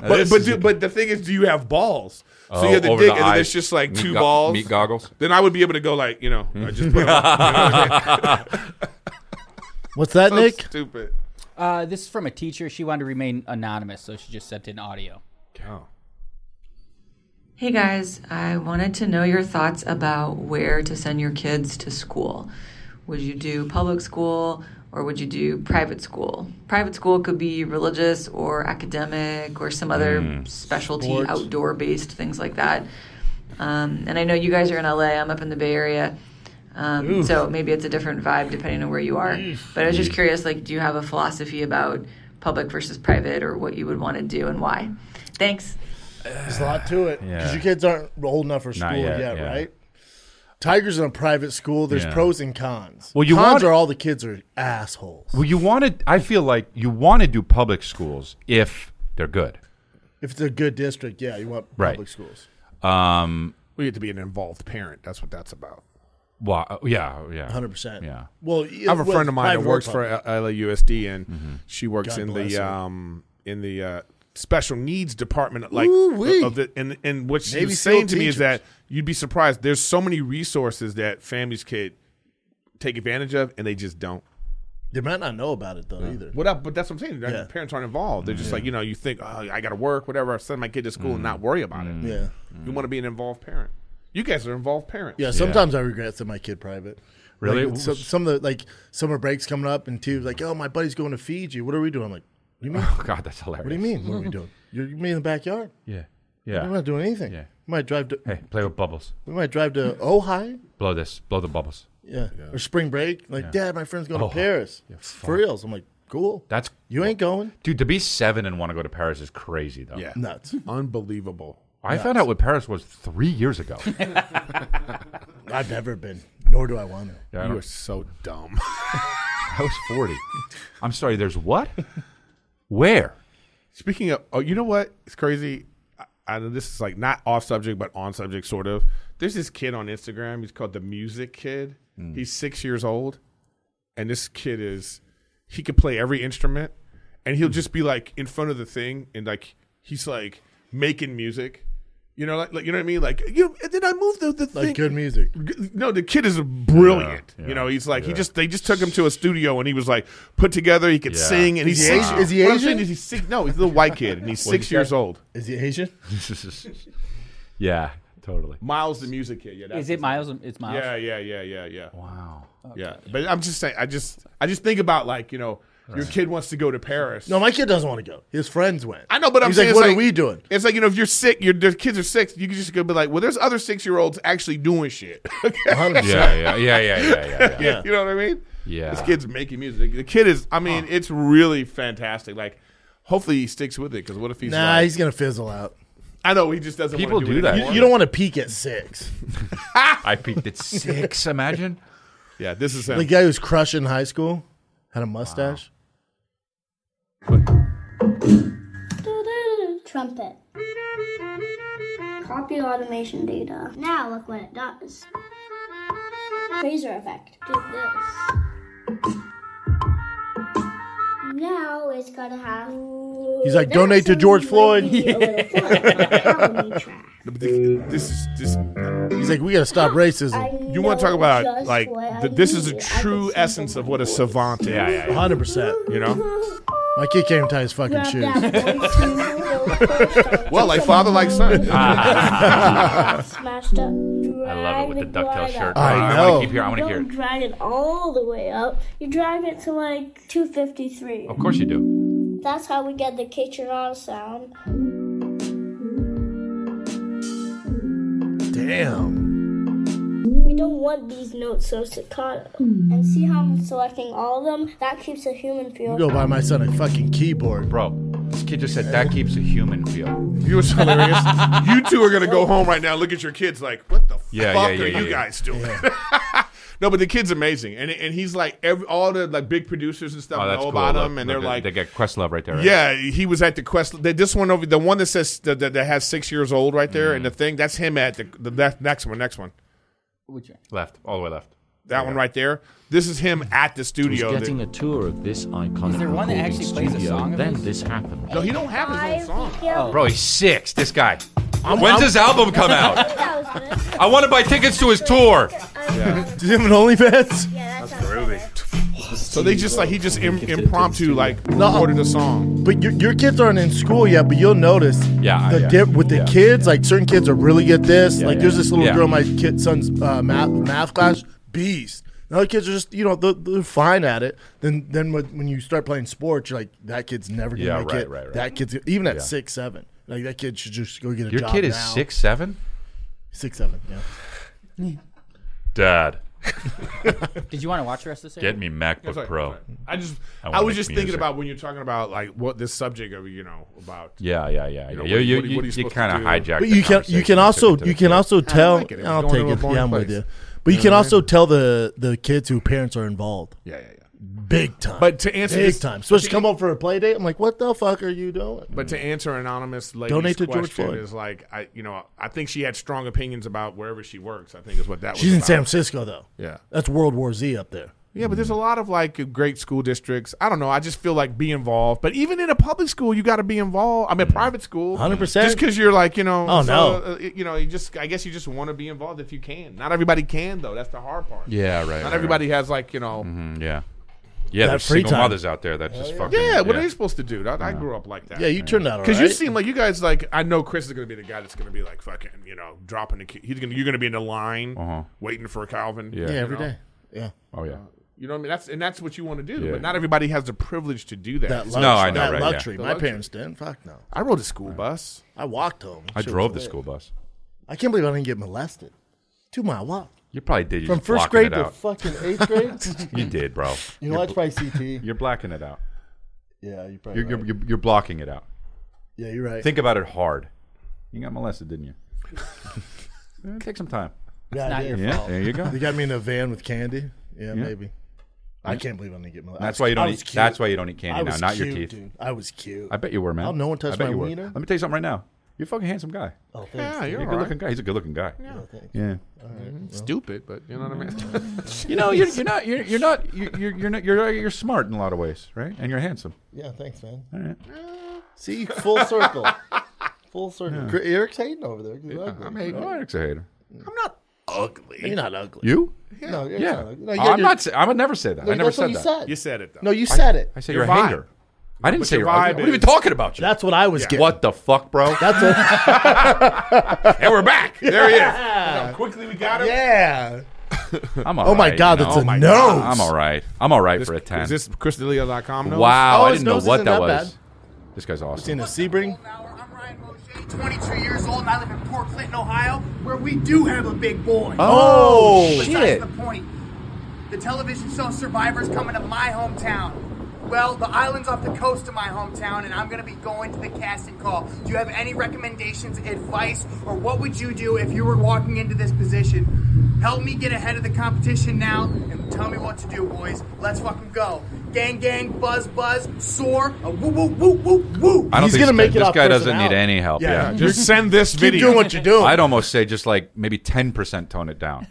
But but, do, but the thing is, do you have balls? So Oh, you have the over dick, the and then eyes. it's just like Meat two go- balls. meat goggles. Then I would be able to go like, you know, I just put 'em up. What's that, You know what I mean? Nick? Stupid. Uh, this is from a teacher. She wanted to remain anonymous, so she just sent in audio. Hey guys, I wanted to know your thoughts about where to send your kids to school. Would you do public school or would you do private school? Private school could be religious or academic or some other specialty, sports. outdoor based things like that. Um, and I know you guys are in LA, I'm up in the Bay Area. Um, so maybe it's a different vibe depending on where you are. But I was just curious like, do you have a philosophy about public versus private or what you would want to do and why? Thanks. There's a lot to it because Yeah. your kids aren't old enough for school Not yet, yet, yeah. right? Tiger's in a private school. There's Yeah. pros and cons. Well, you cons want- are all the kids are assholes. Well, you want to. I feel like you want to do public schools if they're good. If it's a good district, yeah, you want Right. public schools. Um. We get to be an involved parent. That's what that's about. Well, uh, yeah, yeah. 100%. Yeah. Well, I have a friend of mine that works for L- LAUSD, and Mm-hmm. she works God in bless the her. um, in the uh, special needs department. Like, Ooh-wee. of the, and and what she Navy was saying SEAL to me is teachers. that you'd be surprised. There's so many resources that families could take advantage of, and they just don't. They might not know about it, though, either. What up? But that's what I'm saying. Yeah. Parents aren't involved. They're just like you know. You think oh, I got to work, whatever. I send my kid to school and Mm. not worry about it. Yeah. You want to be an involved parent. You guys are involved parents. Yeah, sometimes I regret sending my kid private. Really? Like, some, some of the like summer breaks coming up, and T was like, "Oh, my buddy's going to Fiji. What are we doing?" I'm like, "What do you mean? Oh God, that's hilarious. What do you mean? What are we doing? You're, you mean in the backyard? Yeah. We're Yeah. not doing anything. Yeah. We might drive to Hey, play with bubbles. we might drive to Ohio. Blow this. Blow the bubbles. Yeah. Or spring break. Like, Dad, my friend's going Oh, to Paris for reals. I'm like, cool. That's you ain't going dude. To be seven and want to go to Paris is crazy, though. Yeah. nuts. Unbelievable. I found out what Paris was three years ago. Yeah, I've never been, nor do I want to. I You are don't- so dumb. I was forty. I'm sorry. There's what? Where? Speaking of, oh, you know what? It's crazy. I, I know this is like not off subject, but on subject, sort of. There's this kid on Instagram. He's called the Music Kid. He's six years old, and this kid is he could play every instrument, and he'll just be like in front of the thing, and like he's like making music. You know, like, like you know what I mean? Like you. And then I moved the the thing. Like, good music. G- No, the kid is brilliant. Yeah, You yeah, know, he's like he yeah. just they just took him to a studio and he was like put together. He could Yeah. sing and Is he's he Asian- is he What I'm Asian? saying is he's six. No, he's a little white kid and he's six years old. Is he Asian? yeah, totally. Miles the music kid. Yeah, that's Is it his Miles? It's name. Miles. Yeah, yeah, yeah, yeah, yeah, Wow. yeah. But I'm just saying, I just I just think about like you know your kid wants to go to Paris. No, my kid doesn't want to go. His friends went. I know, but I'm He's saying like, it's what are we doing? It's like you know, if you're sick, your the kids are six. You can just go be like, well, there's other six year olds actually doing shit. Yeah, yeah, yeah, yeah, yeah, yeah. yeah. Yeah. you know what I mean? Yeah. This kid's making music. The kid is, I mean, it's really fantastic. Like, hopefully he sticks with it because what if he's Nah, like, he's gonna fizzle out. I know he just doesn't People wanna do do that. You, It anymore. you don't want to peak at six. I peaked at six. Imagine. Yeah, this is him. The guy who's crushing high school had a mustache. Trumpet. Copy automation data. Now look what it does. Phaser effect. Did this. Now it's gonna have. He's like, donate to George Floyd. No, but thi- This is this. He's like, we gotta stop racism. You want to talk about like th- this is a true essence of what a savant is. Yeah, yeah, 100. percent You know, My kid can't even tie his fucking shoes. well, like father, like son. Ah. Smashed up. I love it with the ducktail shirt. I I, know. want to keep here. I want to You hear don't it. drive it all the way up. You drive it to like 253. Of course you do. That's how we get the kitchen on sound. Damn. We don't want these notes so staccato. And see how I'm selecting all of them? That keeps the human feel. You go buy my son a fucking keyboard. Bro, this kid just said that keeps a human feel. You was hilarious. you two are gonna go home right now. Look at your kids. Like, what the Yeah, fuck yeah, are yeah, you yeah. guys doing? no, but the kid's amazing, and and he's like every, all the like big producers and stuff Oh, that's know cool. about Look, him, and look, they're they- like. they got Questlove right there. right? Yeah, he was at the Quest. th- This one over the one that says that, that, that has six years old right there, Mm. and the thing that's him at the, the ne- next one. Next one, Which one? left, all the way left. That one right there. This is him at the studio. was getting that- a tour of this iconic Is there one that recording actually studio, plays a song of then his? this happened. no, he don't have his own song. Bro, he's six. This guy. When's his album come out? I want to buy tickets to his tour. Did you have an OnlyFans? That's groovy. So they just like he just im- impromptu like No. recorded a song. But your, your kids aren't in school yet, but you'll notice Yeah, the yeah. dip with the Yeah. kids. Like certain kids are really good at this. Yeah, like yeah. there's this little Yeah. girl in my kid son's uh, math math class, beast. And other kids are just you know they're, they're fine at it. Then then when when you start playing sports, you're like that kid's never gonna Yeah, make right, it. right, right. That kid's even at Yeah. six seven. Like that kid should just go get a Your job. kid is now. six seven. Six seven. Yeah. Dad, Did you want to watch the rest of this? get me That's MacBook right, Pro. that's right. I just I, wanna was make just music. thinking about when you're talking about like what this subject of you know about. Yeah, yeah, yeah. You know, you what- what you, are you- you, what are you you supposed to kind of do? hijack. But the you can you conversation. can also took it you to can the- also I tell. like it. It was I'll going take to a it. boring Yeah, I'm with place. you. But you You can know what I also tell the the kids who parents are involved. Yeah, yeah, yeah. Big time. But to answer big this- time. Supposed to come up for a play date. I'm like, what the fuck are you doing? But to answer anonymous lady's Donate to George question Floyd. is like I you know I think she had strong opinions about wherever she works. I think is what that She's was. in about. San Francisco though. Yeah. That's World War Z up there. Yeah, but there's a lot of like great school districts. I don't know. I just feel like be involved. But even in a public school, you got to be involved. I mean, private school, 100%. Just because you're like you know, Oh, no. uh, you know, you just I guess you just want to be involved if you can. Not everybody can though. That's the hard part. Yeah, right, Not right, everybody has like you know. Mhm, yeah, yeah. That There's free single time. mothers out there that just fucking. Yeah, what are they supposed to do? I, I grew up like that. Yeah, you turned out Because you alright. seem like you guys like I know Chris is gonna be the guy that's gonna be like fucking you know dropping the key. he's gonna you're gonna be in the line Uh-huh. waiting for Calvin. Yeah. you Yeah, every know? day. Yeah. Oh yeah. You know what I mean? That's and that's what you want to do. Yeah. But not everybody has the privilege to do that. That luxury. No, I know, That right, yeah. luxury. The My luxury. parents didn't. Fuck no. I rode a school bus. I walked home. I Shit drove the was lit. school bus. I can't believe I didn't get molested. Two mile walk. You probably did. You From just first blocking grade it to out. fucking eighth grade. You did, bro. You know, You're that's probably CT. You're blacking it out. Yeah, you probably. You're, right. you're, you're, you're blocking it out. Yeah, you're right. Think about it hard. You got molested, didn't you? Eh, Take some time. Yeah, I did. yeah, There you go. They got me in a van with candy. Yeah, Yeah. maybe. I Yeah. can't believe I'm gonna get my. That's why you don't I was eat- cute. that's why you don't eat candy I now, was not your cute, teeth. Dude. I was cute. I bet you were, man. Oh, no one I touched bet my you were. wiener. Let me tell you something right now. You're a fucking handsome guy. Oh, thanks. Yeah, dude. you're a all good right. looking guy. He's a good looking guy. Yeah. Yeah. Stupid, but you know what I mean. You know, you're, you're not you're, you're not you're you're you're, not, you're you're smart in a lot of ways, right? And you're handsome. Yeah, thanks, man. All right. See, full circle. full circle. Yeah. Gr- Eric's hating over there. 'cause you're ugly. I'm hating. Oh, Eric's a hater. ugly. You're not ugly. You? No, you're yeah. not ugly. No, Oh, you're- I'm not. Say, I would never say that. No, I never that's what said you that. said. You said it though. No, you said it. I said Your you're a vibe. hater. I didn't But say your you're ugly. vibe What are you even is- talking about? You? That's what I was getting. What the fuck, bro? That's a, and we're back. There he is. Yeah. Look how quickly we got him. yeah. I'm all Oh my right, God, you that's know? a Oh my nose. God, I'm all right. I'm all right for a ten. Is this ChrisDelia.com? nose? wow, Oh, I his didn't know nose what isn't that that was. This guy's It's in awesome. a Sebring. I'm Ryan Roche, 22 years old, and I live in Port Clinton, Ohio, where we do have a big boy. Oh, Besides shit. the point, the television show Survivor's coming to my hometown. Well, the island's off the coast of my hometown, and I'm going to be going to the casting call. Do you have any recommendations, advice, or what would you do if you were walking into this position? Help me get ahead of the competition now, and tell me what to do, boys. Let's fucking go. Gang, gang, buzz, buzz, soar, a woo, woo, woo, woo, woo. I don't He's think gonna make this guy, it this off guy doesn't need personality. any help. Yeah, Yeah, yeah. Just- Just send this Keep video. doing what you're doing. I'd almost say just like maybe ten percent tone it down.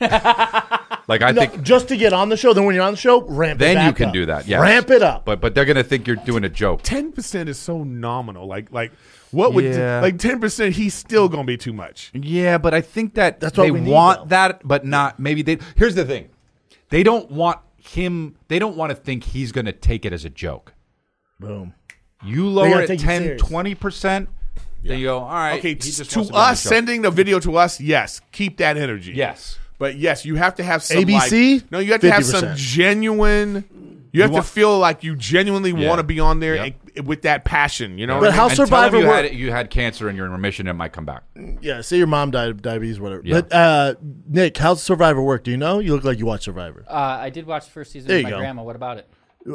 like I No, think just to get on the show. Then when you're on the show, ramp. it then you back can up. do that. Yeah, Ramp it up. But but they're gonna think you're doing a joke. Ten percent is so nominal. Like like what would Yeah. like ten percent? He's still gonna be too much. Yeah, but I think that That's what they we need, want though. that, but not maybe they. Here's the thing: they don't want him. They don't want to think he's going to take it as a joke. Boom. You gotta lower it take it 10, serious. 20 percent, then you go. All right, Okay, he just to wants be on the us show." sending the video to us, yes, keep that energy. Yes. but yes, you have to have some ABC? like- no, you have to have some 50%. genuine. You have want- to feel like you genuinely Yeah. want to be on there Yep. and, with that passion, you know. But how Survivor you worked- had, you had cancer and you're in remission, it might come back. Yeah, say your mom died of diabetes, whatever. Yeah. But uh, Nick, how's Survivor work? Do you know? You look like you watch Survivor. Uh, I did watch the first season There with you my go. grandma. What about it?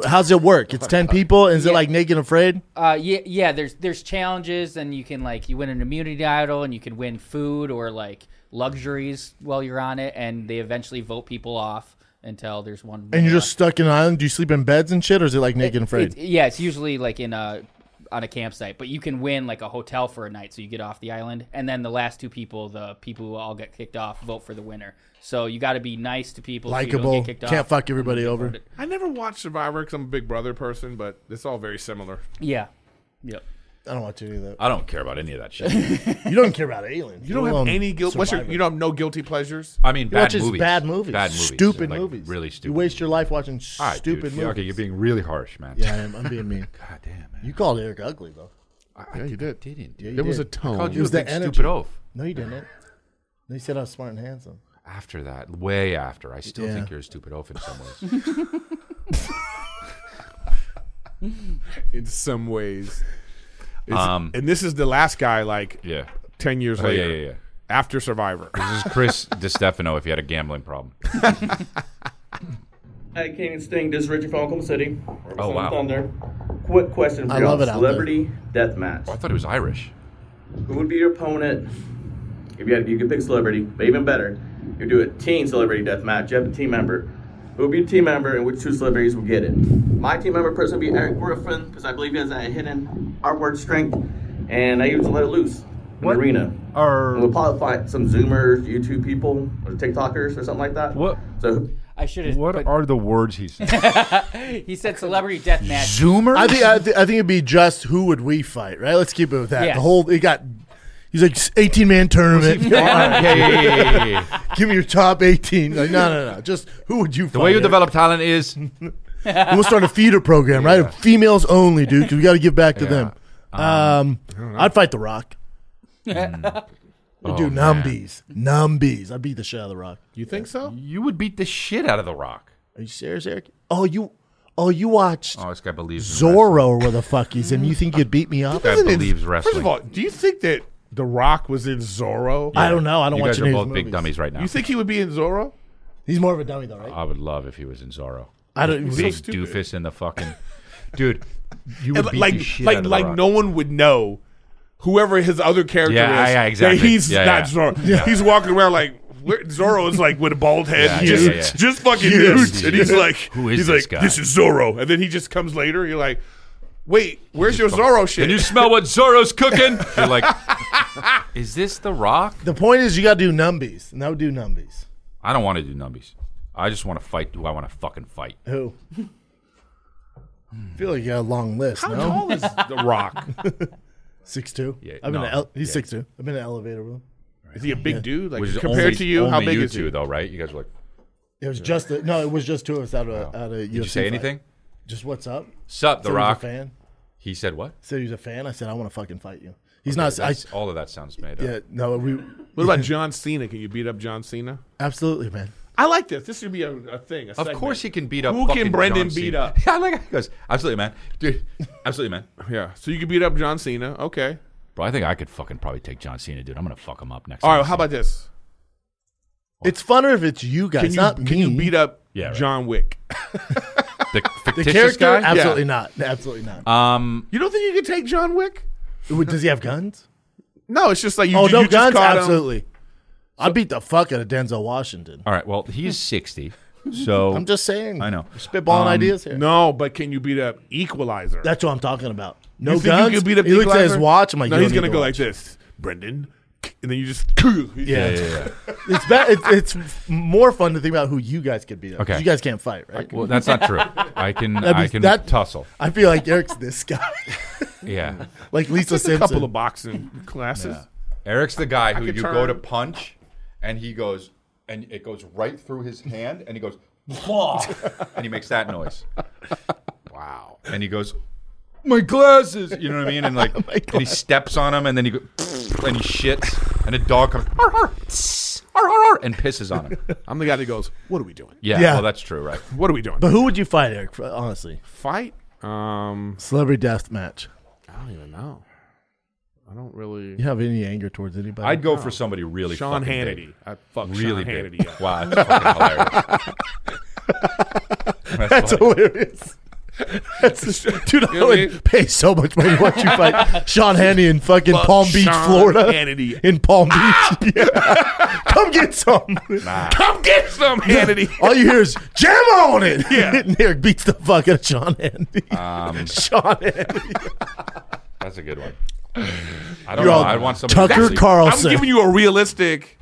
How's it work? It's ten people. Is it like Naked and Afraid? Uh, yeah, yeah. There's there's challenges, and you can like you win an immunity idol, and you can win food or like luxuries while you're on it, and they eventually vote people off until there's one. And you're just stuck in an island. Do you sleep in beds and shit, or is it like Naked and Afraid? It's- yeah, it's usually like in a on a campsite, but you can win like a hotel for a night, so you get off the island, and then the last two people, the people who all get kicked off, vote for the winner. So you got to be nice to people, so you don't Likeable. get kicked Can't off. fuck everybody over. I never watched Survivor because I'm a Big Brother person, but it's all very similar. Yeah. Yep. I don't watch any of that. I don't care about any of that shit. You don't care about aliens. You don't have alone any guilt. What's your, Survivor. you don't have no guilty pleasures. I mean, You bad watch just movies. bad movies. Bad movies. Stupid Like, movies. really You stupid waste your life watching All right, dude. stupid Yeah, movies. Okay, you're being really harsh, man. Yeah, I am. I'm being mean. God damn, man. You called Eric ugly though. yeah, you did. didn't. Yeah, you There was did. a tone. I called you It was a the big energy. stupid oaf. No, you didn't. They said I was smart and handsome. After that, way after, I still Yeah. think you're a stupid oaf in some ways. in some ways. It's- Um, and this is the last guy, like Yeah. ten years Oh, yeah, later, yeah, yeah. after Survivor. this is Chris DiStefano if you had a gambling problem. Hey, King and Sting, this is Richard from Oklahoma City. Oh, wow. Thunder. Quick question for I you love it out there. Celebrity death match. I thought he was Irish. Who would be your opponent if you had you could pick celebrity, but even better, you do a team celebrity death match. You have a team member. Who would be your team member and which two celebrities will get it? My team member person would be Eric Griffin, because I believe he has a hidden artwork strength, and I used to let it loose in What the arena. are- we'll probably find some Zoomers, YouTube people, or TikTokers or something like that. What? So I should have. What are the words he said? he said celebrity death match. I think I, thi- I think it'd be just who would we fight, right? Let's keep it with that. Yes. The whole it got. He's like eighteen man tournament. Was he far? Yeah, yeah, yeah, yeah, yeah. Give me your top eighteen. Like no, no, no. Just who would you? The way you fight? develop talent is And we'll start a feeder program, right? Females only, dude, because we got to give back to them. Um, I'd fight The Rock. Oh, dude, man. numbies, numbies. I'd beat the shit out of The Rock. You think so? You would beat the shit out of The Rock. Are you serious, Eric? Oh, you, oh, you watched Oh, this guy believes. in Zorro or where the fuck he's, and you think you'd beat me up? This guy believes wrestling. First of all, do you think that The Rock was in Zorro? I don't know. I don't you watch guys any are of both his big movies. dummies right now. You think he would be in Zorro? He's more of a dummy though, right? I would love if he was in Zorro. I don't- Big He's so stupid. doofus in the fucking dude. You would And, beat like, the shit like, out of The like Rock. no one would know whoever his other character Yeah, is. yeah, that exactly. he's Yeah, not yeah. Zorro. Yeah. He's walking around like where- Zorro is like with a bald head, Yeah, He yeah, just yeah, yeah. just fucking Huge. this, and he's like, Who is he's this like, guy? this is Zorro, and then he just comes later. You're like, wait, where's your Zorro shit? Can you smell what Zorro's cooking? You're like, is this The Rock? The point is, you got to do numbies, and I would do numbies. I don't want to do numbies. I just want to fight who I want to fucking fight. Who? Hmm. I feel like you got a long list. How no? tall is The Rock? Six two. Yeah, I've been no, in a ele- he's yeah. six two. I've been in an elevator with him. Is he a big dude? Like Which is compared only- to you, how only big you is two, he? though, right? You guys were like, It was just the, no. It was just two of us out of out of. Did UFC you say fight. anything? Just what's up? Said sup, The he was a Rock? fan. He said what? Said he was a fan. I said I want to fucking fight you. He's Okay, not. I, that's- all of that sounds made up. yeah. No. We. What about John Cena? Can you beat up John Cena? Absolutely, man. I like this. This should be a, a thing. a Of segment. course he can beat up. Who fucking can Brendan John beat Cena. up? Yeah, I like how he goes. Absolutely, man, dude. Absolutely, man. Yeah. So you could beat up John Cena. Okay. Bro, I think I could fucking probably take John Cena, dude. I'm gonna fuck him up next. All time right. I How see him. about this? It's funner if it's you guys, Can you, not can me. you beat up Yeah, right. John Wick? the the fictitious character? guy? Absolutely not. Absolutely not. not. Um, You don't think you could take John Wick? Would- Does he have guns? No, it's just like you. oh you no, just guns! caught him. Absolutely. I'd beat the fuck out of Denzel Washington. all right. Well, he's 60, so I'm just saying. I know. Spitballing Um, ideas here. No, but can you beat up Equalizer? That's what I'm talking about. You No think guns. You could beat up he looks at his Equalizer? watch. I'm like, no, you he's don't gonna need go to like watch. this, Brendan, and then you just. Yeah, Yeah, yeah, yeah. it's bad. It's, it's more fun to think about who you guys could beat up. 'cause Okay. you guys can't fight, right? Well, that's not true. I can, That'd be- I can that- tussle. I feel like Eric's this guy, Yeah. like Lisa Just a Simpson. couple of boxing classes. Eric's the guy I who could you go turn. to punch, and he goes, and it goes right through his hand, and he goes, "Wah," and he makes that noise. Wow. And he goes, my glasses. You know what I mean? And like, Oh and he steps on him, and then he goes, and he shits, and a dog comes, "Arr, arr, tss, arr, arr, arr," and pisses on him. I'm the guy that goes, "What are we doing? Yeah, Yeah. Well, that's true, right? What are we doing? but who would you fight, Eric? Honestly, Fight? Um, Celebrity death match. I don't even know. I don't really. You have any anger towards anybody? I'd go for somebody really Sean fucking Hannity. big. I fuck Really Sean big. Hannity. up. Wow, that's fucking hilarious. That's, funny. hilarious. That's just, dude, You I know what I would pay so much money to watch you fight Sean Hannity in fucking Fuck Palm Beach, Sean Florida. Hannity. Ah! In Palm Beach. Yeah. Come get some. Come get some Hannity. All you hear is jam on it. Yeah. Ah. and Eric beats the fuck out of Sean Hannity. Um, Sean Hannity. That's a good one. I You're don't know. all I want somebody Tucker really- Carlson. I'm giving you a realistic.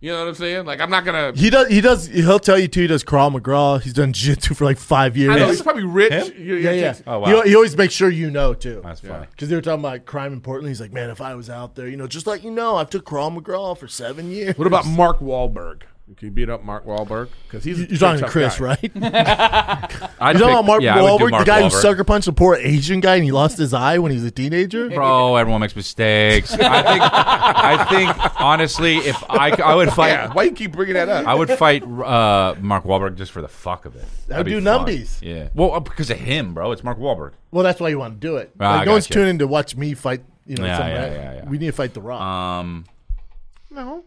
You know what I'm saying? Like I'm not gonna. He does. He does. He'll tell you too. He does Carl McGraw. He's done jiu-jitsu for like five years. I know he's probably rich. You- you- Yeah, yeah. Oh, wow. He- he, always makes sure you know too. That's funny. Because they were talking about crime in Portland. He's like, man, if I was out there, you know, just like you know, I've took Carl McGraw for seven years. What about Mark Wahlberg? Can you beat up Mark Wahlberg? Because he's a You're talking to tough Chris, guy. right? you know about Mark yeah, I would do Wahlberg, Mark the guy who Wahlberg. sucker punched a poor Asian guy and he lost his eye when he was a teenager? Bro, everyone makes mistakes. I think, I think honestly, if I, c- I would fight. Yeah, why you keep bringing that up? I would fight uh, Mark Wahlberg just for the fuck of it. That would That'd be do fun. numbies. Yeah. Well, uh, because of him, bro. It's Mark Wahlberg. Well, that's why you want to do it. Ah, like, no one's gotcha. tuning in to watch me fight. You know, Yeah, somebody. yeah, yeah, yeah. we need to fight The Rock. Um, No,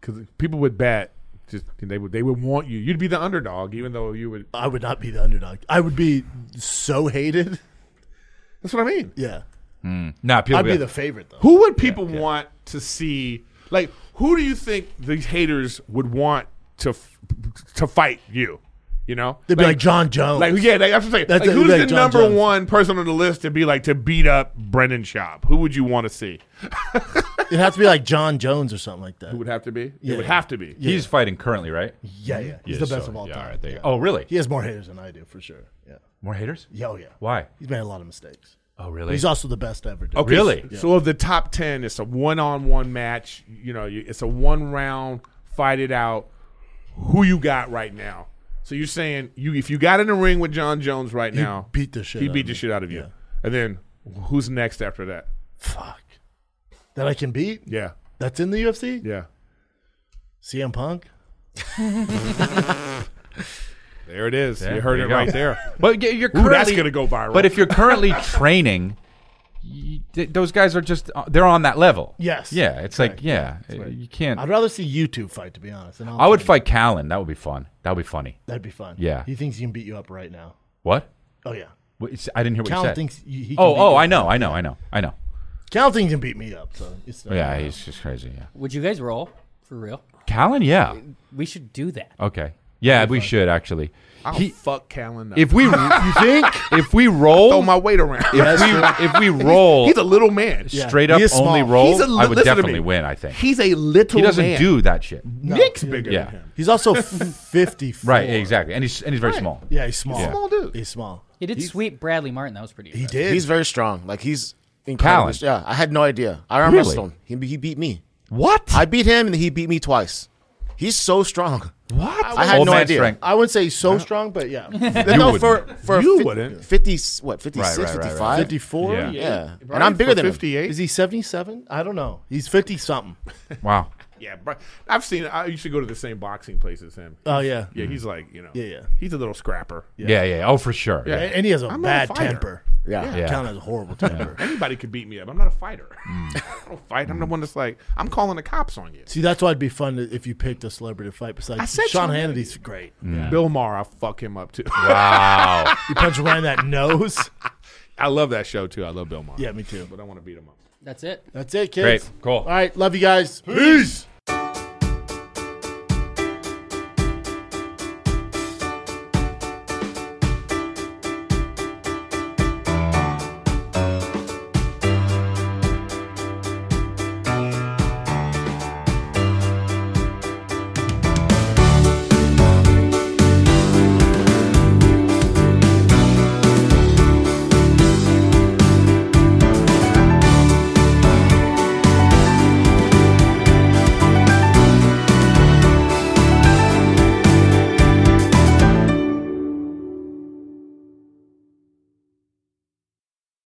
because people would bet. Just they would they would want you. You'd be the underdog, even though you would. I would not be the underdog. I would be so hated. That's what I mean. Yeah, Mm. Nah, people I'd be get- the favorite though. Who would people want to see? Like, who do you think these haters would want to f- to fight you? You know, They'd be like John Jones. Like, yeah, like, that's what I'm saying. That's like, it, who's like the John number Jones. one person on the list to be like to beat up Brendan Schaub? Who would you want to see? It'd have to be like John Jones or something like that. Who would have to be? Yeah. It would have to be. He's fighting currently, right? Yeah, yeah. He's the best so- of all yeah, time. all right, there you Yeah. go. Oh, really? He has more haters than I do, for sure. Yeah. More haters? Yeah, oh, yeah. Why? He's made a lot of mistakes. Oh, really? He's also the best ever. did. Okay. Really? Yeah. So of the top ten, it's a one-on-one match. You know, you- it's a one-round fight it out. Who you got right now? So you're saying you if you got in the ring with John Jones right He'd now, beat the shit He out beat of the me. shit out of you. Yeah. And then who's next after that? Fuck. That I can beat? Yeah, That's in the UFC? yeah. CM Punk? There it is. Yeah, you heard there it you go. right there. But y- you're Ooh, currently, that's gonna go viral. But if you're currently training, y th- those guys are just uh, they're on that level. Yes. Yeah. It's like yeah, uh, you can't. I'd rather see you two fight, to be honest. And I'll I would fight- fight Callan. That would be fun. That would be funny. That'd be fun. Yeah. He thinks he can beat you up right now. What? Oh, yeah. What- it's- I didn't hear what Callan you said. thinks y- he can oh, beat oh, you. I know, I know, I know, I know. Cal thinks he can beat me up, so it's not Yeah, he's just crazy. Yeah. Would you guys roll for real? Callan, yeah. We should do that. Okay. Yeah, we should actually. I'll He- fuck Callan. up. If we, You think? if we roll, throw my weight around, if we, if we roll, he's a little man. straight up He is small. only roll, He's a li- I would listen to me. definitely win. I think He's a little. he doesn't man. do that shit. Nick's bigger Yeah. than him. He's also 50. Right, exactly, and he's and he's very small. Yeah, he's small. Yeah. Small dude. He's small. He did sweep Bradley Martin. That was pretty. He impressive. did. He's very strong. Like he's incredible. Callan. Yeah, I had no idea. I arm Really? wrestled him. He, he beat me. What? I beat him, and he beat me twice. He's so strong. what? I had Old no man idea. strength. I wouldn't say he's so strong, but yeah. Then, no, wouldn't. for for You fif- wouldn't. fifty what fifty Right, six, right, right, fifty right. five. 54? Yeah. Yeah, Right? and I'm bigger For than him. 58. Is he 77? I don't know. He's 50 something. Wow. Yeah, bro. I've seen. I used to go to the same boxing place as him. Oh, yeah. Yeah, he's like you know. Yeah, yeah. He's a little scrapper. Yeah, yeah. Oh, for sure. Yeah. Yeah. And he has a I'm not a bad fighter. temper. Yeah. Yeah. Count has a horrible temper. Anybody could beat me up. I'm not a fighter. I don't fight. I'm the one that's like I'm calling the cops on you. See, that's why it'd be fun to- if you picked a celebrity to fight. Besides, I said Sean Sean Hannity's great. Bill Maher, I fuck him up too. Wow. You punch around that nose. I love that show too. I love Bill Maher. Yeah, me too. but I want to beat him up. That's it. That's it, kids. Great. Cool. All right. Love you guys. Peace.